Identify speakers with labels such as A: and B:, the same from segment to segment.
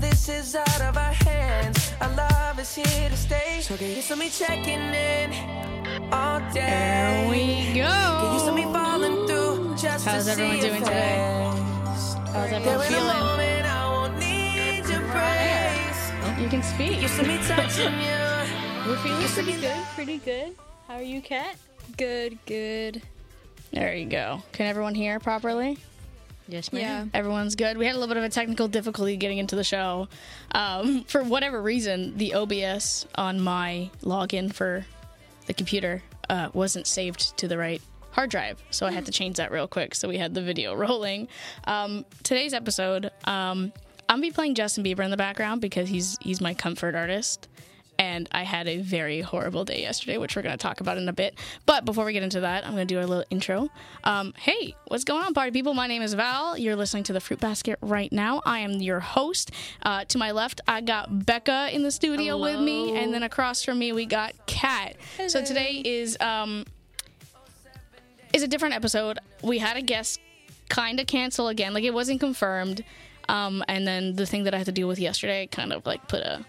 A: this is out of our hands. Our love is here to stay. So get used to me checking in all day.
B: There we
A: Get used to me
B: go.
A: falling through just
B: How's
A: to
B: everyone
A: see your
B: doing today?
A: face.
B: How's
A: There
B: everyone
A: in a
B: feeling?
A: moment I won't need your praise.
B: You can speak.
A: Used to me touching you.
B: We're feeling
A: Used to
B: pretty
A: be
B: good. Pretty good. How are you, Kat?
C: Good, good.
B: There you go. Can everyone hear properly?
D: Yes,
C: Yeah.
D: ma'am.
B: Everyone's good. We had a little bit of a technical difficulty getting into the show. Um, for whatever reason, the OBS on my login for the computer uh, wasn't saved to the right hard drive. So I had to change that real quick so we had the video rolling. Um, today's episode, um, I'm going to be playing Justin Bieber in the background because he's, he's my comfort artist. And I had a very horrible day yesterday, which we're going to talk about in a bit. But before we get into that, I'm going to do a little intro. Um, hey, what's going on, party people? My name is Val. You're listening to The Fruit Basket right now. I am your host. Uh, to my left, I got Becca in the studio with me. And then across from me, we got Kat. So today is um, is a different episode. We had a guest kind of cancel again. Like, it wasn't confirmed. Um, and then the thing that I had to deal with yesterday kind of like put a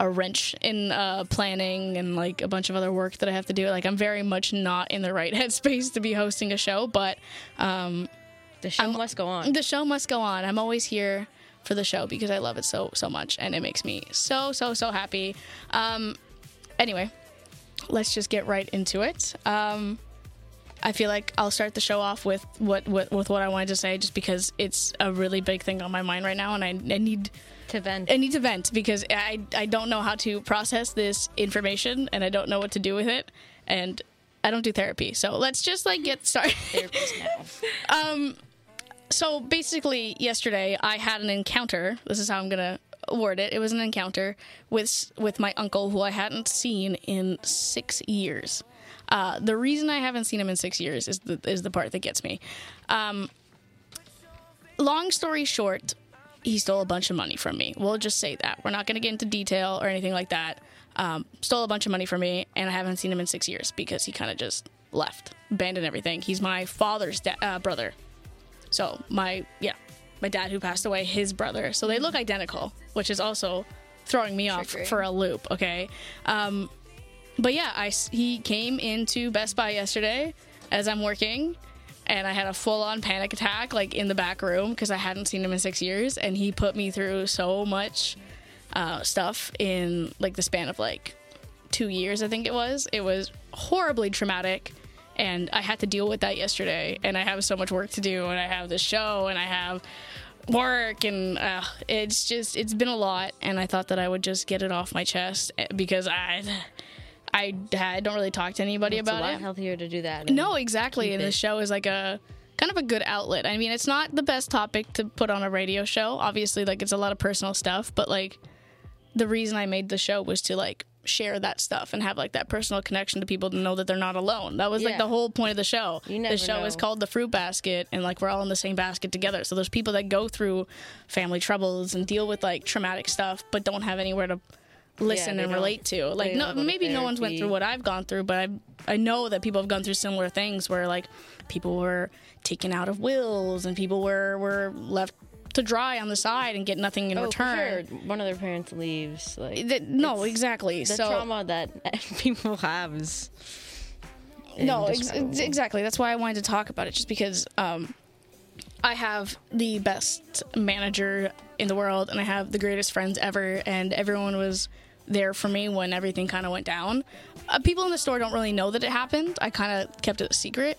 B: a wrench in uh, planning and like a bunch of other work that I have to do. Like I'm very much not in the right headspace to be hosting a show, but um,
D: The show must go on.
B: the show must go on. I'm always here for the show because I love it so so much and it makes me so so so happy. Um, anyway, let's just get right into it. Um, I feel like I'll start the show off with what, what with what I wanted to say just because it's a really big thing on my mind right now and I, I need
D: To vent.
B: I need to vent because I I don't know how to process this information and I don't know what to do with it and I don't do therapy. So let's just like get started. Um,
D: Therapist now.
B: so basically yesterday I had an encounter. This is how I'm going to word it. It was an encounter with with my uncle who I hadn't seen in 6 years. Uh, the reason I haven't seen him in 6 years is the, is the part that gets me. Um, long story short, he stole a bunch of money from me. We'll just say that. We're not going to get into detail or anything like that. Um, stole a bunch of money from me, and I haven't seen him in six years because he kind of just left, abandoned everything. He's my father's da- uh, brother. So, my, yeah, my dad who passed away, his brother. So they look identical, which is also throwing me off
C: Triggering.
B: for a loop, okay? Um, but yeah, I s- he came into Best Buy yesterday as I'm working, and I had a full on panic attack like in the back room because I hadn't seen him in six years, and he put me through so much uh, stuff in like the span of like two years, I think it was. It was horribly traumatic, and I had to deal with that yesterday. And I have so much work to do, and I have this show, and I have work and uh, it's just it's been a lot and i thought that i would just get it off my chest eh, because i I, I don't really talk to anybody
D: It's a
B: about
D: lot
B: it.
D: healthier to do that.
B: No, exactly. And
D: it.
B: the show is like a kind of a good outlet. I mean, it's not the best topic to put on a radio show. Obviously, like it's a lot of personal stuff, but like the reason I made the show was to like share that stuff and have like that personal connection to people to know that they're not alone. That was like
D: Yeah.
B: the whole point of the show.
D: You never
B: the show is
D: know.
B: called The Fruit Basket and like we're all in the same basket together. So there's people that go through family troubles and deal with like traumatic stuff but don't have anywhere to listen
D: they
B: and
D: don't-
B: relate to. Like
D: they
B: no
D: don't go to
B: maybe no one's went
D: therapy.
B: through what what I've gone through, but I I know that people have gone through similar things where like people were taken out of wills and people were were left to dry on the side and get nothing in
D: Oh, for
B: return.
D: sure. One of their parents leaves. Like
B: Th- no, exactly.
D: the
B: so
D: trauma that people have is
B: no, ex-
D: indescribable.
B: exactly. That's why I wanted to talk about it, just because um, I have the best manager in the world, and I have the greatest friends ever, and everyone was there for me when everything kind of went down. Uh, people in the store don't really know that it happened. I kind of kept it a secret.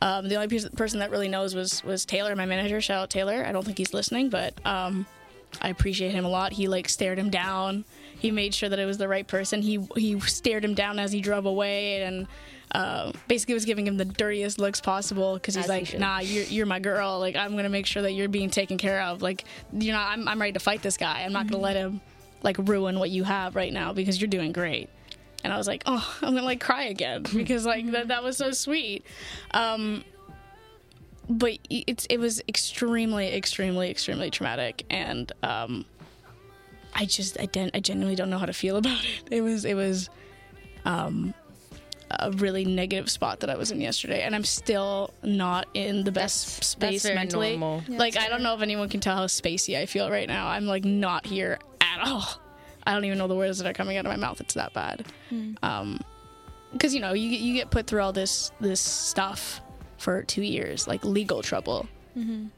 B: Um, the only pe- person that really knows was was Taylor, my manager. Shout out Taylor. I don't think he's listening, but um, I appreciate him a lot. He like stared him down. He made sure that it was the right person. He he stared him down as he drove away and uh, basically was giving him the dirtiest looks possible because he's
D: As he
B: like,
D: should.
B: "Nah, you're you're my girl. Like I'm gonna make sure that you're being taken care of. Like you know, I'm I'm ready to fight this guy. I'm not
D: Mm-hmm.
B: gonna let him like ruin what you have right now because you're doing great." And I was like, "Oh, I'm gonna like cry again because like that that was so sweet." but it's it was extremely extremely extremely traumatic and um i just i, gen- I genuinely don't know how to feel about it it was it was um a really negative spot that I was in yesterday, and I'm still not in the best space
D: very
B: mentally.
D: normal.
C: Yeah,
B: like
C: that's
B: I don't know if anyone can tell how spacey I feel right now. I'm like not here at all. I don't even know the words that are coming out of my mouth. It's that bad.
C: Hmm.
B: Um, because you know you get- you get put through all this this stuff for two years, like legal trouble,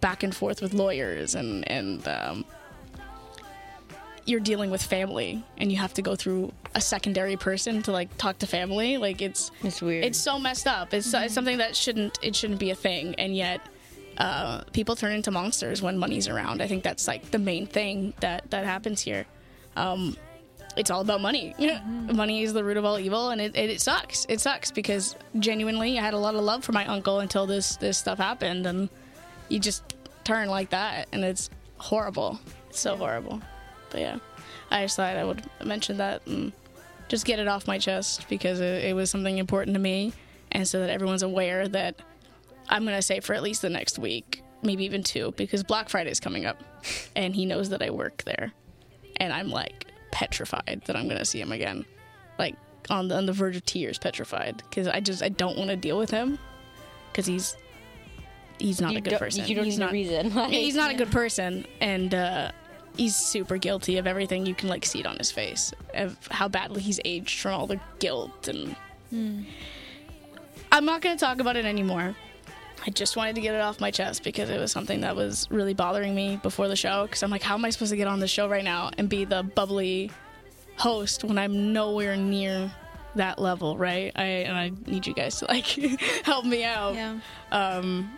B: back and forth with lawyers, and and um, you're dealing with family, and you have to go through a secondary person to like talk to family. Like it's
D: It's weird.
B: it's so messed up. It's, it's something that shouldn't it shouldn't be a thing, and yet uh, people turn into monsters when money's around. I think that's like the main thing that that happens here. Um, it's all about money. money is the root of all evil, and it, it, it sucks. It sucks because genuinely, I had a lot of love for my uncle until this this stuff happened, and you just turn like that, and it's horrible. It's so horrible. But yeah, I just thought I would mention that and just get it off my chest because it, it was something important to me, and so that everyone's aware that I'm gonna say for at least the next week, maybe even two, because Black Friday is coming up, and he knows that I work there, and I'm like petrified that I'm gonna see him again, like on the on the verge of tears, petrified because I just I don't want to deal with him because he's he's not
D: you
B: a good
D: don't,
B: person.
D: You don't
B: he's
D: need
B: not
D: a reason. Like,
B: he's not a good person and uh, he's super guilty of everything you can like see it on his face of how badly he's aged from all the guilt and i'm not going to talk about it anymore i just wanted to get it off my chest because it was something that was really bothering me before the show because i'm like how am i supposed to get on the show right now and be the bubbly host when i'm nowhere near that level right i and i need you guys to like help me out
C: Yeah.
B: um,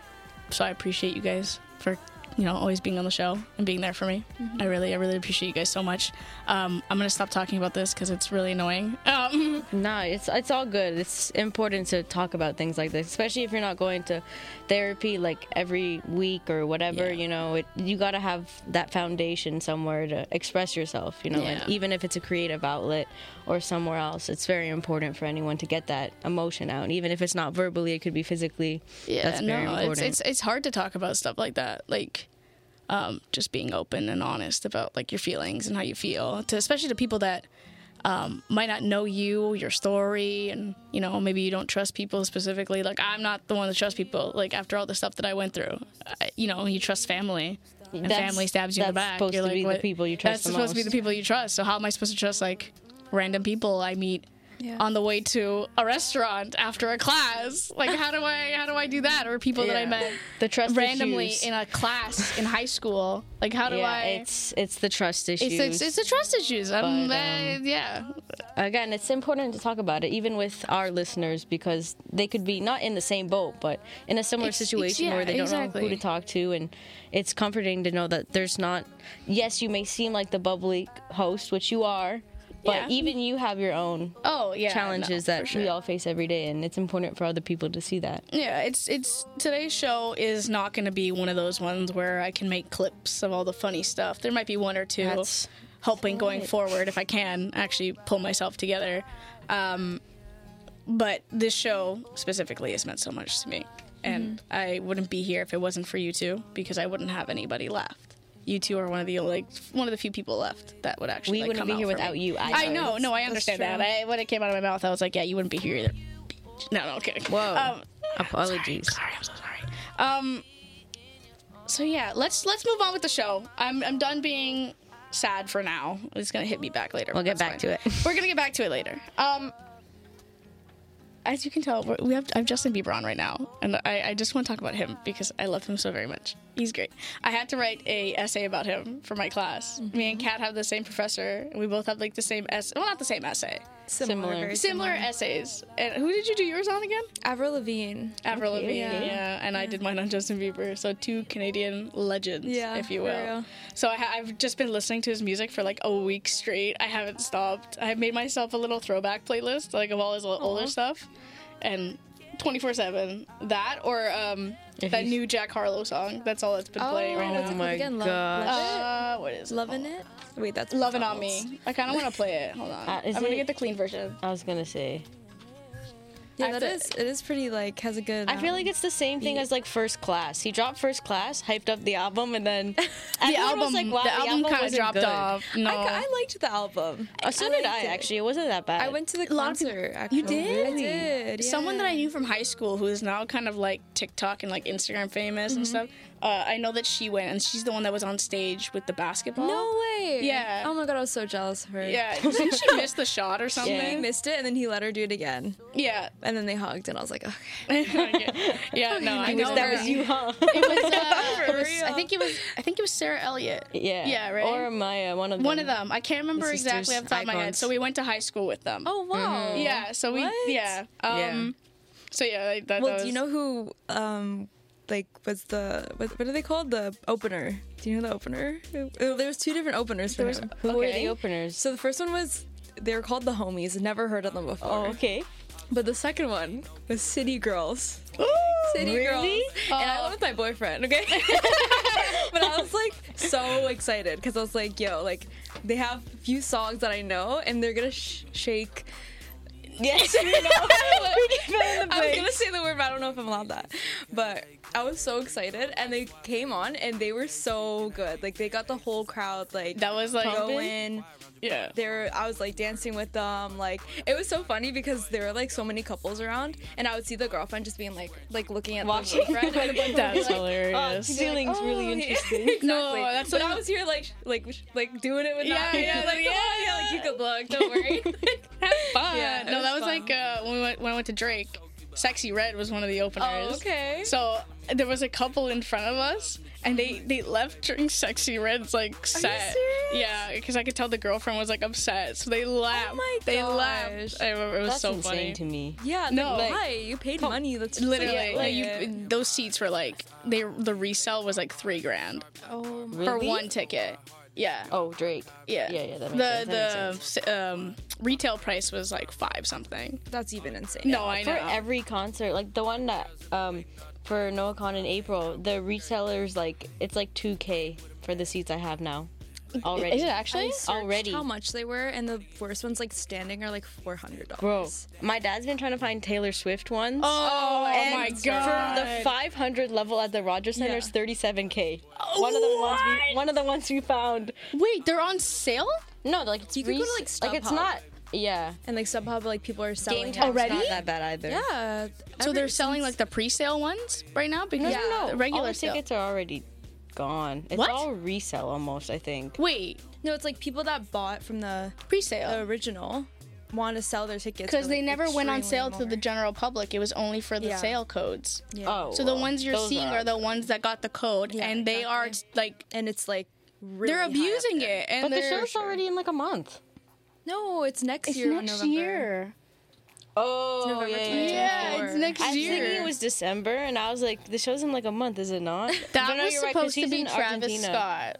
B: so I appreciate you guys for you know always being on the show and being there for me. I really, I really appreciate you guys so much. Um, I'm gonna stop talking about this because it's really annoying. Um,
D: No, it's it's all good. It's important to talk about things like this, especially if you're not going to therapy like every week or whatever.
B: Yeah.
D: You know, it, you got to have that foundation somewhere to express yourself. You know,
B: Yeah.
D: and even if it's a creative outlet or somewhere else, it's very important for anyone to get that emotion out. even if it's not verbally, it could be physically. that's very important.
B: it's, it's it's hard to talk about stuff like that. Like. Um, just being open and honest about like your feelings and how you feel, to especially to people that um, might not know you, your story, and you know maybe you don't trust people specifically. Like I'm not the one that trusts people. Like after all the stuff that I went through, I, you know you trust family. And
D: That's-
B: family stabs you in the
D: that's
B: back.
D: supposed
B: You're
D: to
B: like,
D: be the
B: what-
D: people you
B: That's
D: trust the
B: supposed to be
D: most.
B: the people you trust. So how am I supposed to trust like random people I meet
C: Yeah.
B: on the way to a restaurant after a class? Like how do I how do I do that? Or people that I
D: Yeah.
B: met
D: The trust
B: randomly
D: issues.
B: in a class in high school. Like how do
D: yeah,
B: I?
D: it's it's the trust issues.
B: it's, it's it's the trust issues. I'm,
D: But, um,
B: uh, yeah,
D: again, it's important to talk about it, even with our listeners, because they could be not in the same boat, but in a similar
B: Ex- ex-
D: situation
B: yeah,
D: where they don't know
B: exactly.
D: who to talk to. And it's comforting to know that there's not, yes, you may seem like the bubbly host, which you are, but
B: Yeah.
D: even you have your own
B: oh yeah, no,
D: challenges
B: for
D: that
B: sure.
D: we all face every day. And it's important for other people to see that.
B: yeah it's it's today's show is not going to be one of those ones where i can make clips of all the funny stuff there might be one or two
D: That's
B: hoping going
D: right.
B: forward if i can actually pull myself together um, but this show specifically has meant so much to me and
D: Mm-hmm.
B: i wouldn't be here if it wasn't for you two because i wouldn't have anybody left you two are one of the like one of the few people left that would actually
D: We
B: like,
D: wouldn't
B: come
D: be
B: out
D: here
B: for
D: without
B: me.
D: you
B: I
D: either.
B: know, no, I understand
C: true.
B: that. I, when it came out of my mouth, I was like, yeah, you wouldn't be here either. No, no, I'm kidding.
D: Whoa.
B: Um,
D: Apologies.
B: Sorry, I'm so sorry. Um, so yeah, let's let's move on with the show. I'm I'm done being sad for now. It's gonna hit me back later.
D: We'll get back to it.
B: We're gonna get back to it later. Um, as you can tell, we're- we have I have Justin Bieber on right now, and I, I just want to talk about him because I love him so very much. He's great. I had to write a essay about him for my class.
D: Mm-hmm.
B: Me and Kat have the same professor, and we both have like the same essay. Well, not the same essay,
D: Similar.
C: very
B: similar essays. And who did you do yours on again?
C: Avril Lavigne.
B: Avril
D: Okay.
B: Lavigne, yeah.
C: Yeah.
B: and I did mine on Justin Bieber. So two Canadian legends,
C: Yeah,
B: if you
C: for
B: will.
C: real.
B: So I, ha- I've just been listening to his music for like a week straight. I haven't stopped. I made myself a little throwback playlist, like of all his older stuff, and twenty four seven that or um
D: If
B: that
D: you-
B: new Jack Harlow song. That's all that's been
C: Oh,
B: playing right now.
C: what's it called
D: my
C: again? Love,
D: gosh.
C: love
B: Uh, what is
C: it? Loving it? Wait, that's
B: Loving on
C: McDonald's.
B: me. I kind of want to play it. Hold on.
D: Uh,
B: I'm
D: is
B: gonna
D: it-
B: get the clean version.
D: I was going to say.
C: Yeah,
B: I
C: that
B: have
C: is. It is pretty like has a good.
D: I feel
C: um,
D: like it's the same thing as like first class. He dropped first class, hyped up the album, and then
B: The album, the album, kind of dropped off. No,
C: I, ca- I liked the album. Oh,
D: Uh, so did I
C: liked it.
D: actually. It wasn't that bad.
C: I went to the
B: lot of
C: concert.
B: people-
C: actually.
B: You did?
C: I did.
B: Someone that I
C: yeah.
B: knew from high school who is now kind of like TikTok and like Instagram famous and stuff. Uh, I know that she went, and she's the one that was on stage with the basketball.
C: No way.
B: Yeah.
C: Oh my god, I was so jealous of her.
B: Yeah, didn't she miss the shot or
C: He
B: something?
C: missed it, and then he let her do it again,
B: Yeah.
C: and then they hugged, and I was like, okay.
B: Okay. yeah. No, I know.
D: that
B: her.
D: was you, huh?
B: It was, uh, it
C: For
B: was- I
C: real.
B: think it was. I think it was Sarah Elliott.
D: yeah.
B: Yeah, right?
D: Or Maya, one of them.
B: One of them. I can't remember
D: The
B: exactly off
D: sisters,
B: the top of my head.
D: icons.
B: So we went to high school with them.
C: Oh wow.
B: Yeah. So we.
C: What?
B: Yeah. Um, So yeah. like, That,
C: Well,
B: that
C: do you
B: was-
C: know who? Um, like was the what, what are they called? The opener. Do you know the opener? Who- oh, There was two different openers for him.
D: Who were
B: Okay.
D: the openers?
C: So the first one was they were called the homies. Never heard of them before.
D: oh, okay.
C: But the second one was City Girls. City
D: really?
C: Girls. And
B: Oh.
C: I went with my boyfriend, okay? but I was like so excited because I was like, yo, like they have a few songs that I know and they're gonna sh- shake.
D: Yes. we know.
C: I was gonna say the word, but I don't know if I'm allowed that. But I was so excited and they came on and they were so good. Like they got the whole crowd like
B: That was like.
C: going.
B: Yeah.
C: they were I was like dancing with them. Like it was so funny because there were like so many couples around, and I would see the girlfriend just being like like looking at
D: Watching.
C: the boyfriend. and the boyfriend
B: That's
C: was like,
D: Oh,
B: hilarious.
D: ceiling's really
C: "Oh,
D: interesting.
C: exactly.
B: No, that's
C: but
B: what-
C: I was here like sh- like sh- like doing it with
B: Yeah,
C: them.
B: yeah,
C: like,
B: yeah.
C: "Oh, yeah, like you could look, don't worry.
B: Have fun.
C: Yeah, it
B: no,
C: was
B: that was
C: fun.
B: like uh, when, we went, when I went to Drake. Sexy Red was one of the openers.
C: oh, okay.
B: So there was a couple in front of us, and they they left during Sexy Red's like set.
C: serious?
B: Yeah, because I could tell the girlfriend was like upset, so they laughed.
C: my
B: They
C: gosh.
B: laughed. I remember it was
D: Oh That's
B: so
D: insane
B: funny.
D: to me.
C: yeah,
B: No,
C: like,
B: like-
C: why you paid money? That's just, like,
B: Literally,
C: play
B: like,
C: it.
B: you, those seats were like they the resale was like three grand
C: oh, my-
B: for
D: Really?
B: one ticket. Yeah,
D: Oh, Drake.
B: yeah,
D: yeah, yeah, that
B: the
D: makes sense, that
B: the um, retail price was like five something.
C: that's even insane.
B: No, I
D: for
B: know.
D: every concert, like the one that um for NoahCon in April, the resellers like it's like 2k for the seats I have now. Already.
B: Is it actually?
C: I searched
D: Already.
C: how much they were, and the worst ones like standing are like four hundred dollars.
D: Bro, my dad's been trying to find Taylor Swift ones.
B: Oh,
D: and
B: my
D: For
B: god!
D: the 500 level at the Rogers Center is
C: Yeah.
D: 37k.
B: Oh,
D: One of the ones we, one of the ones we found.
B: Wait, they're on sale?
D: No, like it's
C: You could go to,
D: res-
C: like,
D: it's
C: StubHub.
D: not. Yeah.
C: And like SubHub, like people are selling
D: Game
C: it.
D: time's
B: Already?
D: not that bad either.
C: Yeah.
B: So they're selling like the pre-sale ones right now because
C: No, no, no.
B: the
D: Regular
B: regular sale.
D: tickets are already gone. It's
B: What?
D: all resell almost, I think.
B: Wait,
C: no, it's like people that bought from the
D: Oh,
C: the
B: pre-sale
C: original want to sell their tickets
B: because Oh.
C: for,
B: they
C: like,
B: never went on
C: extremely
B: sale to the
C: more.
B: general public. It was only for the
C: Yeah.
B: sale codes.
C: Yeah.
D: Oh.
B: So the
D: well,
B: ones you're
D: those
B: seeing are the ones that got the code,
C: Yeah,
B: and they are like
C: and it's like really
B: they're
C: high up
B: abusing
C: there.
B: it, and
D: But the
B: they're
D: show's already in like a month.
C: No, it's next
B: it's
C: year. in
B: next
C: November.
B: year.
D: Oh,
C: November
D: yeah, yeah, yeah.
C: 20th.
B: Yeah,
C: Or-
B: it's next
D: I was
B: year.
D: thinking it was December, and I was like, the show's in like a month, is it not?
B: that
D: But no,
B: was
D: you're right, 'cause
B: supposed to
D: he's
B: be
D: in
B: Travis
D: Argentina.
B: Scott.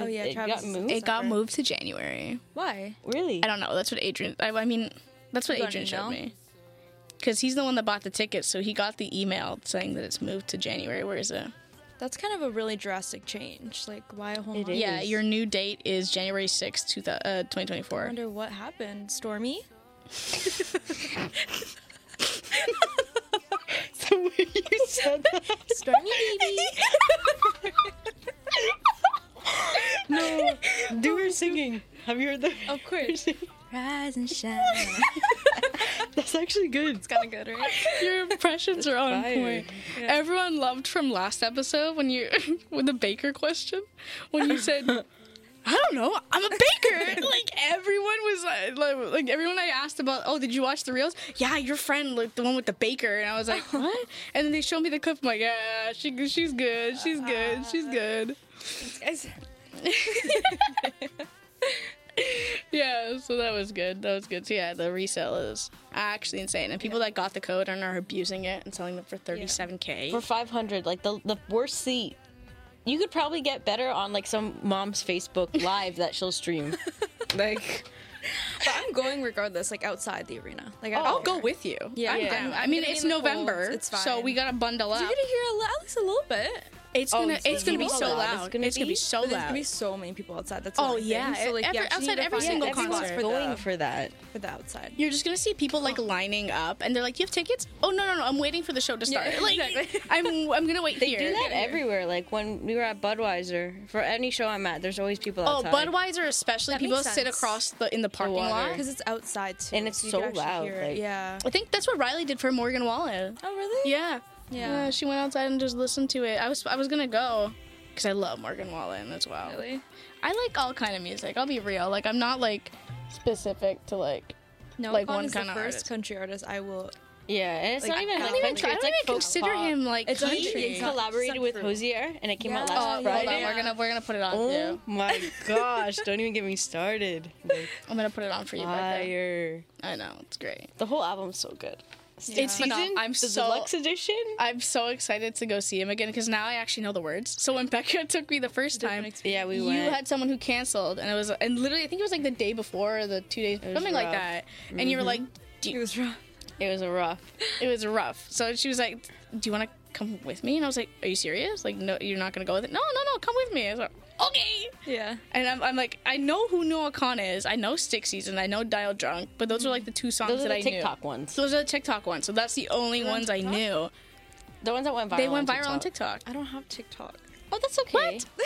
C: Oh yeah,
D: It got
C: Travis is
D: moved?
B: It got
C: December.
B: moved to January.
C: Why?
D: Really?
B: I don't know. That's what Adrian. I, I mean, that's what
C: You got an
B: Adrian showed
C: email?
B: me. Because he's the one that bought the tickets, so he got the email saying that it's moved to January. Where is it?
C: That's kind of a really drastic change. Like why a whole
D: It
C: month?
D: is.
B: Yeah, your new date is January sixth, two thou- uh,
C: I
B: 2024.
C: wonder what happened. Stormy?
D: The way you said that.
C: Stormy baby.
D: No, do her singing. Have you heard that?
C: of course. Rise and shine.
D: That's actually good.
C: Kind of good, right?
B: Your impressions are on
D: Fire.
B: point. Everyone loved from last episode when you with the baker question when you said I don't know, I'm a baker. like everyone was uh, like, like everyone I asked about, "Oh, did you watch the reels?" Yeah, your friend like the one with the baker and I was like, "What?" And then they showed me the clip. I'm like, "Yeah, she she's good. She's good. She's good." Yeah, so that was good. That was good. So yeah, the resale is actually insane, and people that got the code and are abusing it and selling them for thirty-seven k.
D: For 500, like the, the worst seat. You could probably get better on like some mom's Facebook live that she'll stream. like,
C: But I'm going regardless, like outside the arena. Like I don't
B: I'll
C: care.
B: go with you.
C: Yeah,
B: I'm
C: yeah.
B: down.
C: I'm
B: I mean,
C: gonna be
B: it's
C: in the cold.
B: November,
C: It's
B: so
C: fine.
B: we gotta bundle up.
C: You're gonna hear a li- at least a little bit.
B: It's
D: Oh,
B: gonna
D: it's
B: it's gonna be
D: gonna
B: so
D: be loud. It's
B: loud.
D: gonna
B: It's gonna
D: be-
B: be so
C: But there's gonna be
B: loud.
C: so many people outside. That's
B: Oh,
C: another thing.
B: yeah,
C: So, like,
B: every-
C: you actually
B: outside
C: need to
B: every
C: find
B: single
C: spots
B: concert.
C: for
D: going
C: the,
D: for that.
C: for the outside.
B: You're just gonna see people like lining up, and they're like, "You have tickets? Oh no, no, no! I'm waiting for the show to
C: Yeah,
B: start. like,
C: exactly.
B: I'm I'm gonna wait
D: They
B: here."
D: do that everywhere. Like when we were at Budweiser, for any show I'm at, there's always people
B: Oh,
D: outside.
B: Budweiser especially.
C: That
B: people
C: makes
B: sit
C: sense.
B: across the in the parking
D: water.
B: lot.
C: because it's outside too,
D: And it's
C: you can
D: so
C: actually
D: loud,
C: hear it.
D: like-
C: yeah.
B: I think that's what Riley did for Morgan Wallen.
C: Oh really?
B: Yeah.
C: Yeah.
B: Uh, she went outside and just listened to it. I was I was gonna go because I love Morgan Wallen as well.
C: Really?
B: I like all kind of music. I'll be real. Like I'm not like specific to like.
C: No,
B: Like
C: Quan
B: one
C: is the
B: kinda
C: first
B: artist.
C: country artist I will.
D: Yeah, and it's
C: Like,
D: not even.
C: I
B: I
D: like
B: don't even,
D: country,
B: I
D: it's
B: don't
D: like
B: even
D: folk
B: consider
D: pop.
B: him like
C: It's
B: country.
C: country.
D: He collaborated with Hosier, and it came out
C: Yeah.
B: Oh,
D: last
B: hold on.
D: Friday.
B: We're gonna we're gonna put it on. for
D: Oh
B: you.
D: my gosh! Don't even get me started. Like,
B: I'm gonna put it on for you. Becca.
D: fire.
B: I know it's great.
D: The whole album's so good.
B: It's phenomenal. I'm
D: the
B: so
D: deluxe edition.
B: I'm so excited to go see him again because now I actually know the words. So when Becca took me the first time,
D: Yeah, we
B: you
D: went.
B: had someone who canceled, and it was and literally I think it was like the day before or the two days
D: was
B: something like
D: rough. Mm-hmm.
B: that, and you were like, do
C: It
B: you,
C: was wrong.
D: it was a rough.
B: it was rough. So she was like, do you want to come with me? And I was like, are you serious? Like no, you're not gonna go with it? No, no, no, come with me. I was like, okay.
C: Yeah.
B: And I'm, I'm like, I know who Noah Khan is. I know Stick Season. I know Dial Drunk. But those are like the two songs
D: Those
B: that
D: are the
B: I
D: TikTok
B: knew.
D: ones.
B: So those are the TikTok ones. So that's the only
C: on
B: ones I
C: TikTok?
B: knew.
D: The ones that went viral.
B: They went viral on TikTok.
C: I don't have TikTok.
D: Oh, that's okay.
B: What?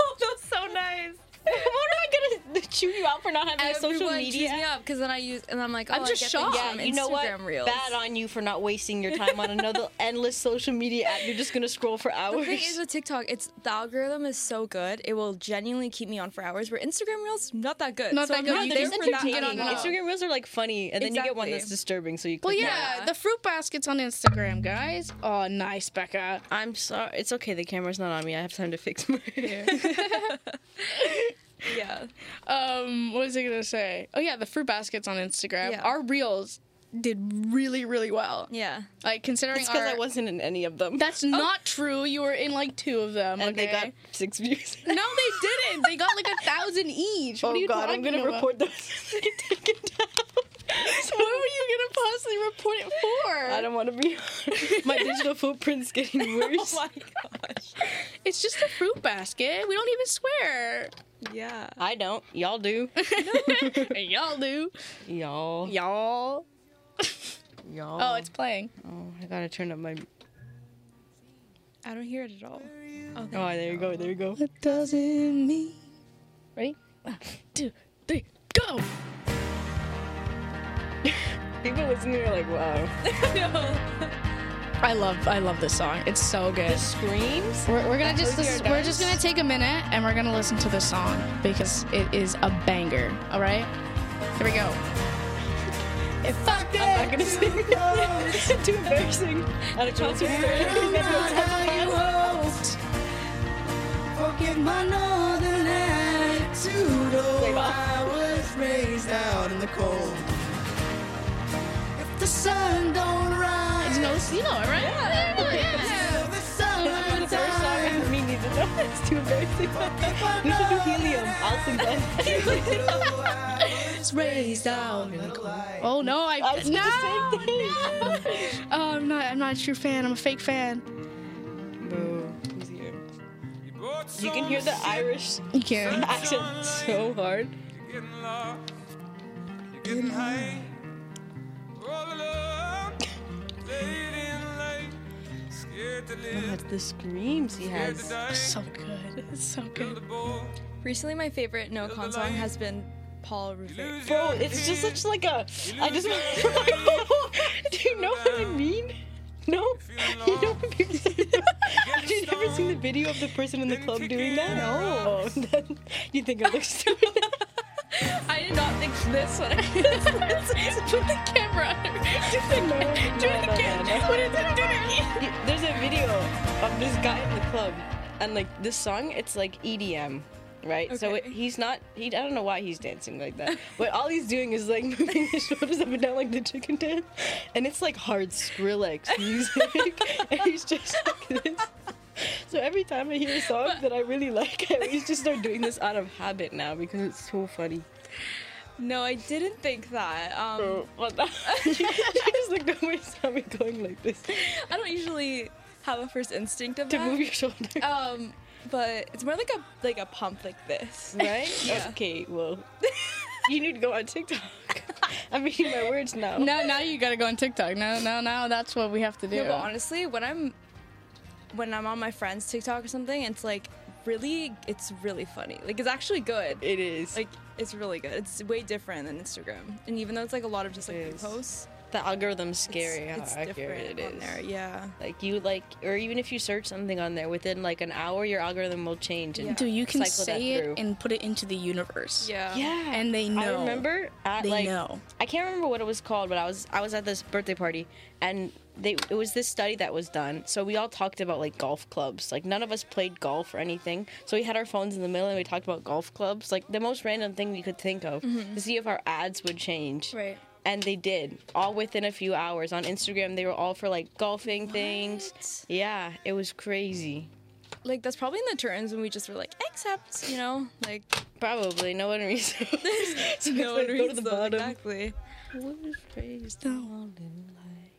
C: oh, that's so nice.
D: what am I gonna chew you out for not having a social
C: Everyone chews me
D: media?
C: up because then I use and I'm like, oh,
B: I'm
C: I
B: just
C: get things
B: shocked.
D: Yeah,
C: from
D: you know
C: Instagram
D: what?
C: Reels.
D: Bad on you for not wasting your time on another endless social media app. You're just gonna scroll for
C: The
D: hours.
C: thing is with TikTok, it's the algorithm is so good; it will genuinely keep me on for hours. Where Instagram Reels, not that good.
B: Not
C: so
B: that
C: I'm
B: good.
C: not
B: You
D: They're
C: there
D: just
B: just
C: for that
B: entertaining.
C: amount of
B: on and
D: entertaining.
B: off.
C: time.
D: Instagram reels are like funny, and then you get one
C: Exactly.
D: that's disturbing, so you.
B: Well,
D: click
B: yeah,
C: Yeah.
B: the fruit baskets on Instagram, guys. Oh, nice, Becca.
D: that. I'm sorry. It's okay. The camera's not on me. I have time to fix my hair.
C: Yeah,
B: Um, what was I gonna say? Oh yeah, the fruit baskets on Instagram.
C: Yeah.
B: Our reels did really, really well.
C: yeah.
B: Like considering
D: It's because
B: our,
D: I wasn't in any of them.
B: that's not true. You were in like two of them.
D: and they got
B: okay?
D: six views.
B: No, they didn't. They got like a thousand each. What
D: oh
B: are you
D: God! I'm
B: talking
D: gonna
B: about?
D: record those. and take it down.
B: what were you gonna possibly report it for?
D: I don't want to be. my digital footprint's getting worse.
C: Oh my gosh.
B: It's just a fruit basket. We don't even swear.
C: Yeah.
D: I don't. Y'all do.
B: Y'all do.
D: Y'all.
B: Y'all.
D: Y'all.
B: Oh, it's playing.
D: Oh, I gotta turn up my.
C: I don't hear it at all. Oh,
D: Oh, there you go. There you go.
B: What does it mean?
D: Ready?
B: One, two, three, go!
D: People listening are like, wow.
B: I love I love this song. It's so good.
D: The screams.
B: We're, we're gonna
D: That
B: just
D: Hosier
B: this, we're just
D: does?
B: gonna take a minute and we're gonna listen to this song because it is a banger. All right, here we go. If I did,
D: I'm not gonna sing. Too embarrassing. At a concert.
A: Forgive my northern attitude. Oh, I was raised out in the cold. If the sun don't rise,
B: you know, you know it, right? Yeah.
A: till the
D: That's the first song
A: summertime.
D: ever me needs to know. It's too embarrassing. We should do helium. I'll sing that.
B: It's raised out. Oh no, I,
D: I was
B: no.
D: gonna say the same
B: no. Oh, I'm not. I'm not a true fan. I'm a fake fan.
D: thing. Boo. Who's here? You can hear the Irish
B: You can.
D: accent so hard.
E: Getting lost, you're getting high. All alone, late and late, scared to live,
D: But the screams he
E: scared to
D: has.
E: die.
B: So good. It's so
E: Fill
B: good.
E: the bowl,
C: Recently, my favorite No Con song has been Paul Revere.
E: lose
D: Bro,
E: your
D: it's just
E: head,
D: such like a. I just. do you know what I mean? No. You know what you're saying? Have you ever seen the video of the person in the club doing that? No. Then you think I look stupid?
C: I did not think this one.
B: Put the camera on
D: No, no,
B: it. Do it
D: no,
B: again.
D: no, no.
B: What is it? Do it again.
D: You- There's a video of this guy in the club, and like this song, it's like EDM. Right, so it,
C: Okay.
D: he's not. He, I don't know why he's dancing like that, but all he's doing is like moving his shoulders up and down like the chicken dance, and it's like hard Skrillex music, and he's just like this. So every time I hear a song that I really like, I always just start doing this out of habit now because it's so funny.
C: no, I didn't think that. Um,
D: What the- she just looked over and saw me going like this.
C: I don't usually have a first instinct of
D: to
C: that.
D: move your shoulder.
C: Um, but it's more like a like a pump like this.
D: Right?
C: Yeah.
D: Okay, well. You need to go on TikTok. I'm eating my words now.
B: No, now you gotta go on TikTok. No, no, no. That's what we have to do.
C: No, but honestly, when I'm when I'm on my friend's TikTok or something, it's like really, it's really funny. Like it's actually good.
D: It is.
C: like it's really good. It's way different than Instagram. And even though it's like a lot of just like
D: It is.
C: posts,
D: the algorithm's
C: it's-
D: scary how
C: it's
D: accurate
C: different
D: it is.
C: on there. Yeah.
D: Like you like, or even if you search something on there within like an hour, your algorithm will change. And
C: Yeah.
B: Dude, you can
D: cycle that
B: say it
D: through.
B: and put it into the universe.
C: Yeah.
D: yeah,
B: And they know.
D: I remember at
B: They
D: like
B: know.
D: I can't remember what it was called, but I was I was at this birthday party and they it was this study that was done. So we all talked about like golf clubs. Like none of us played golf or anything. So we had our phones in the middle and we talked about golf clubs, like the most random thing we could think of
B: Mm-hmm.
D: to see if our ads would change.
C: Right.
D: And they did all within a few hours on Instagram. They were all for like golfing things. Yeah, it was crazy.
C: Like that's probably in the turns when we just were like, except, you know, like
D: Probably no one reads. so
C: no
D: it's like,
C: one
D: go to
C: reads
D: the
C: those,
D: bottom.
C: Exactly.
D: What was praised the Lord in life?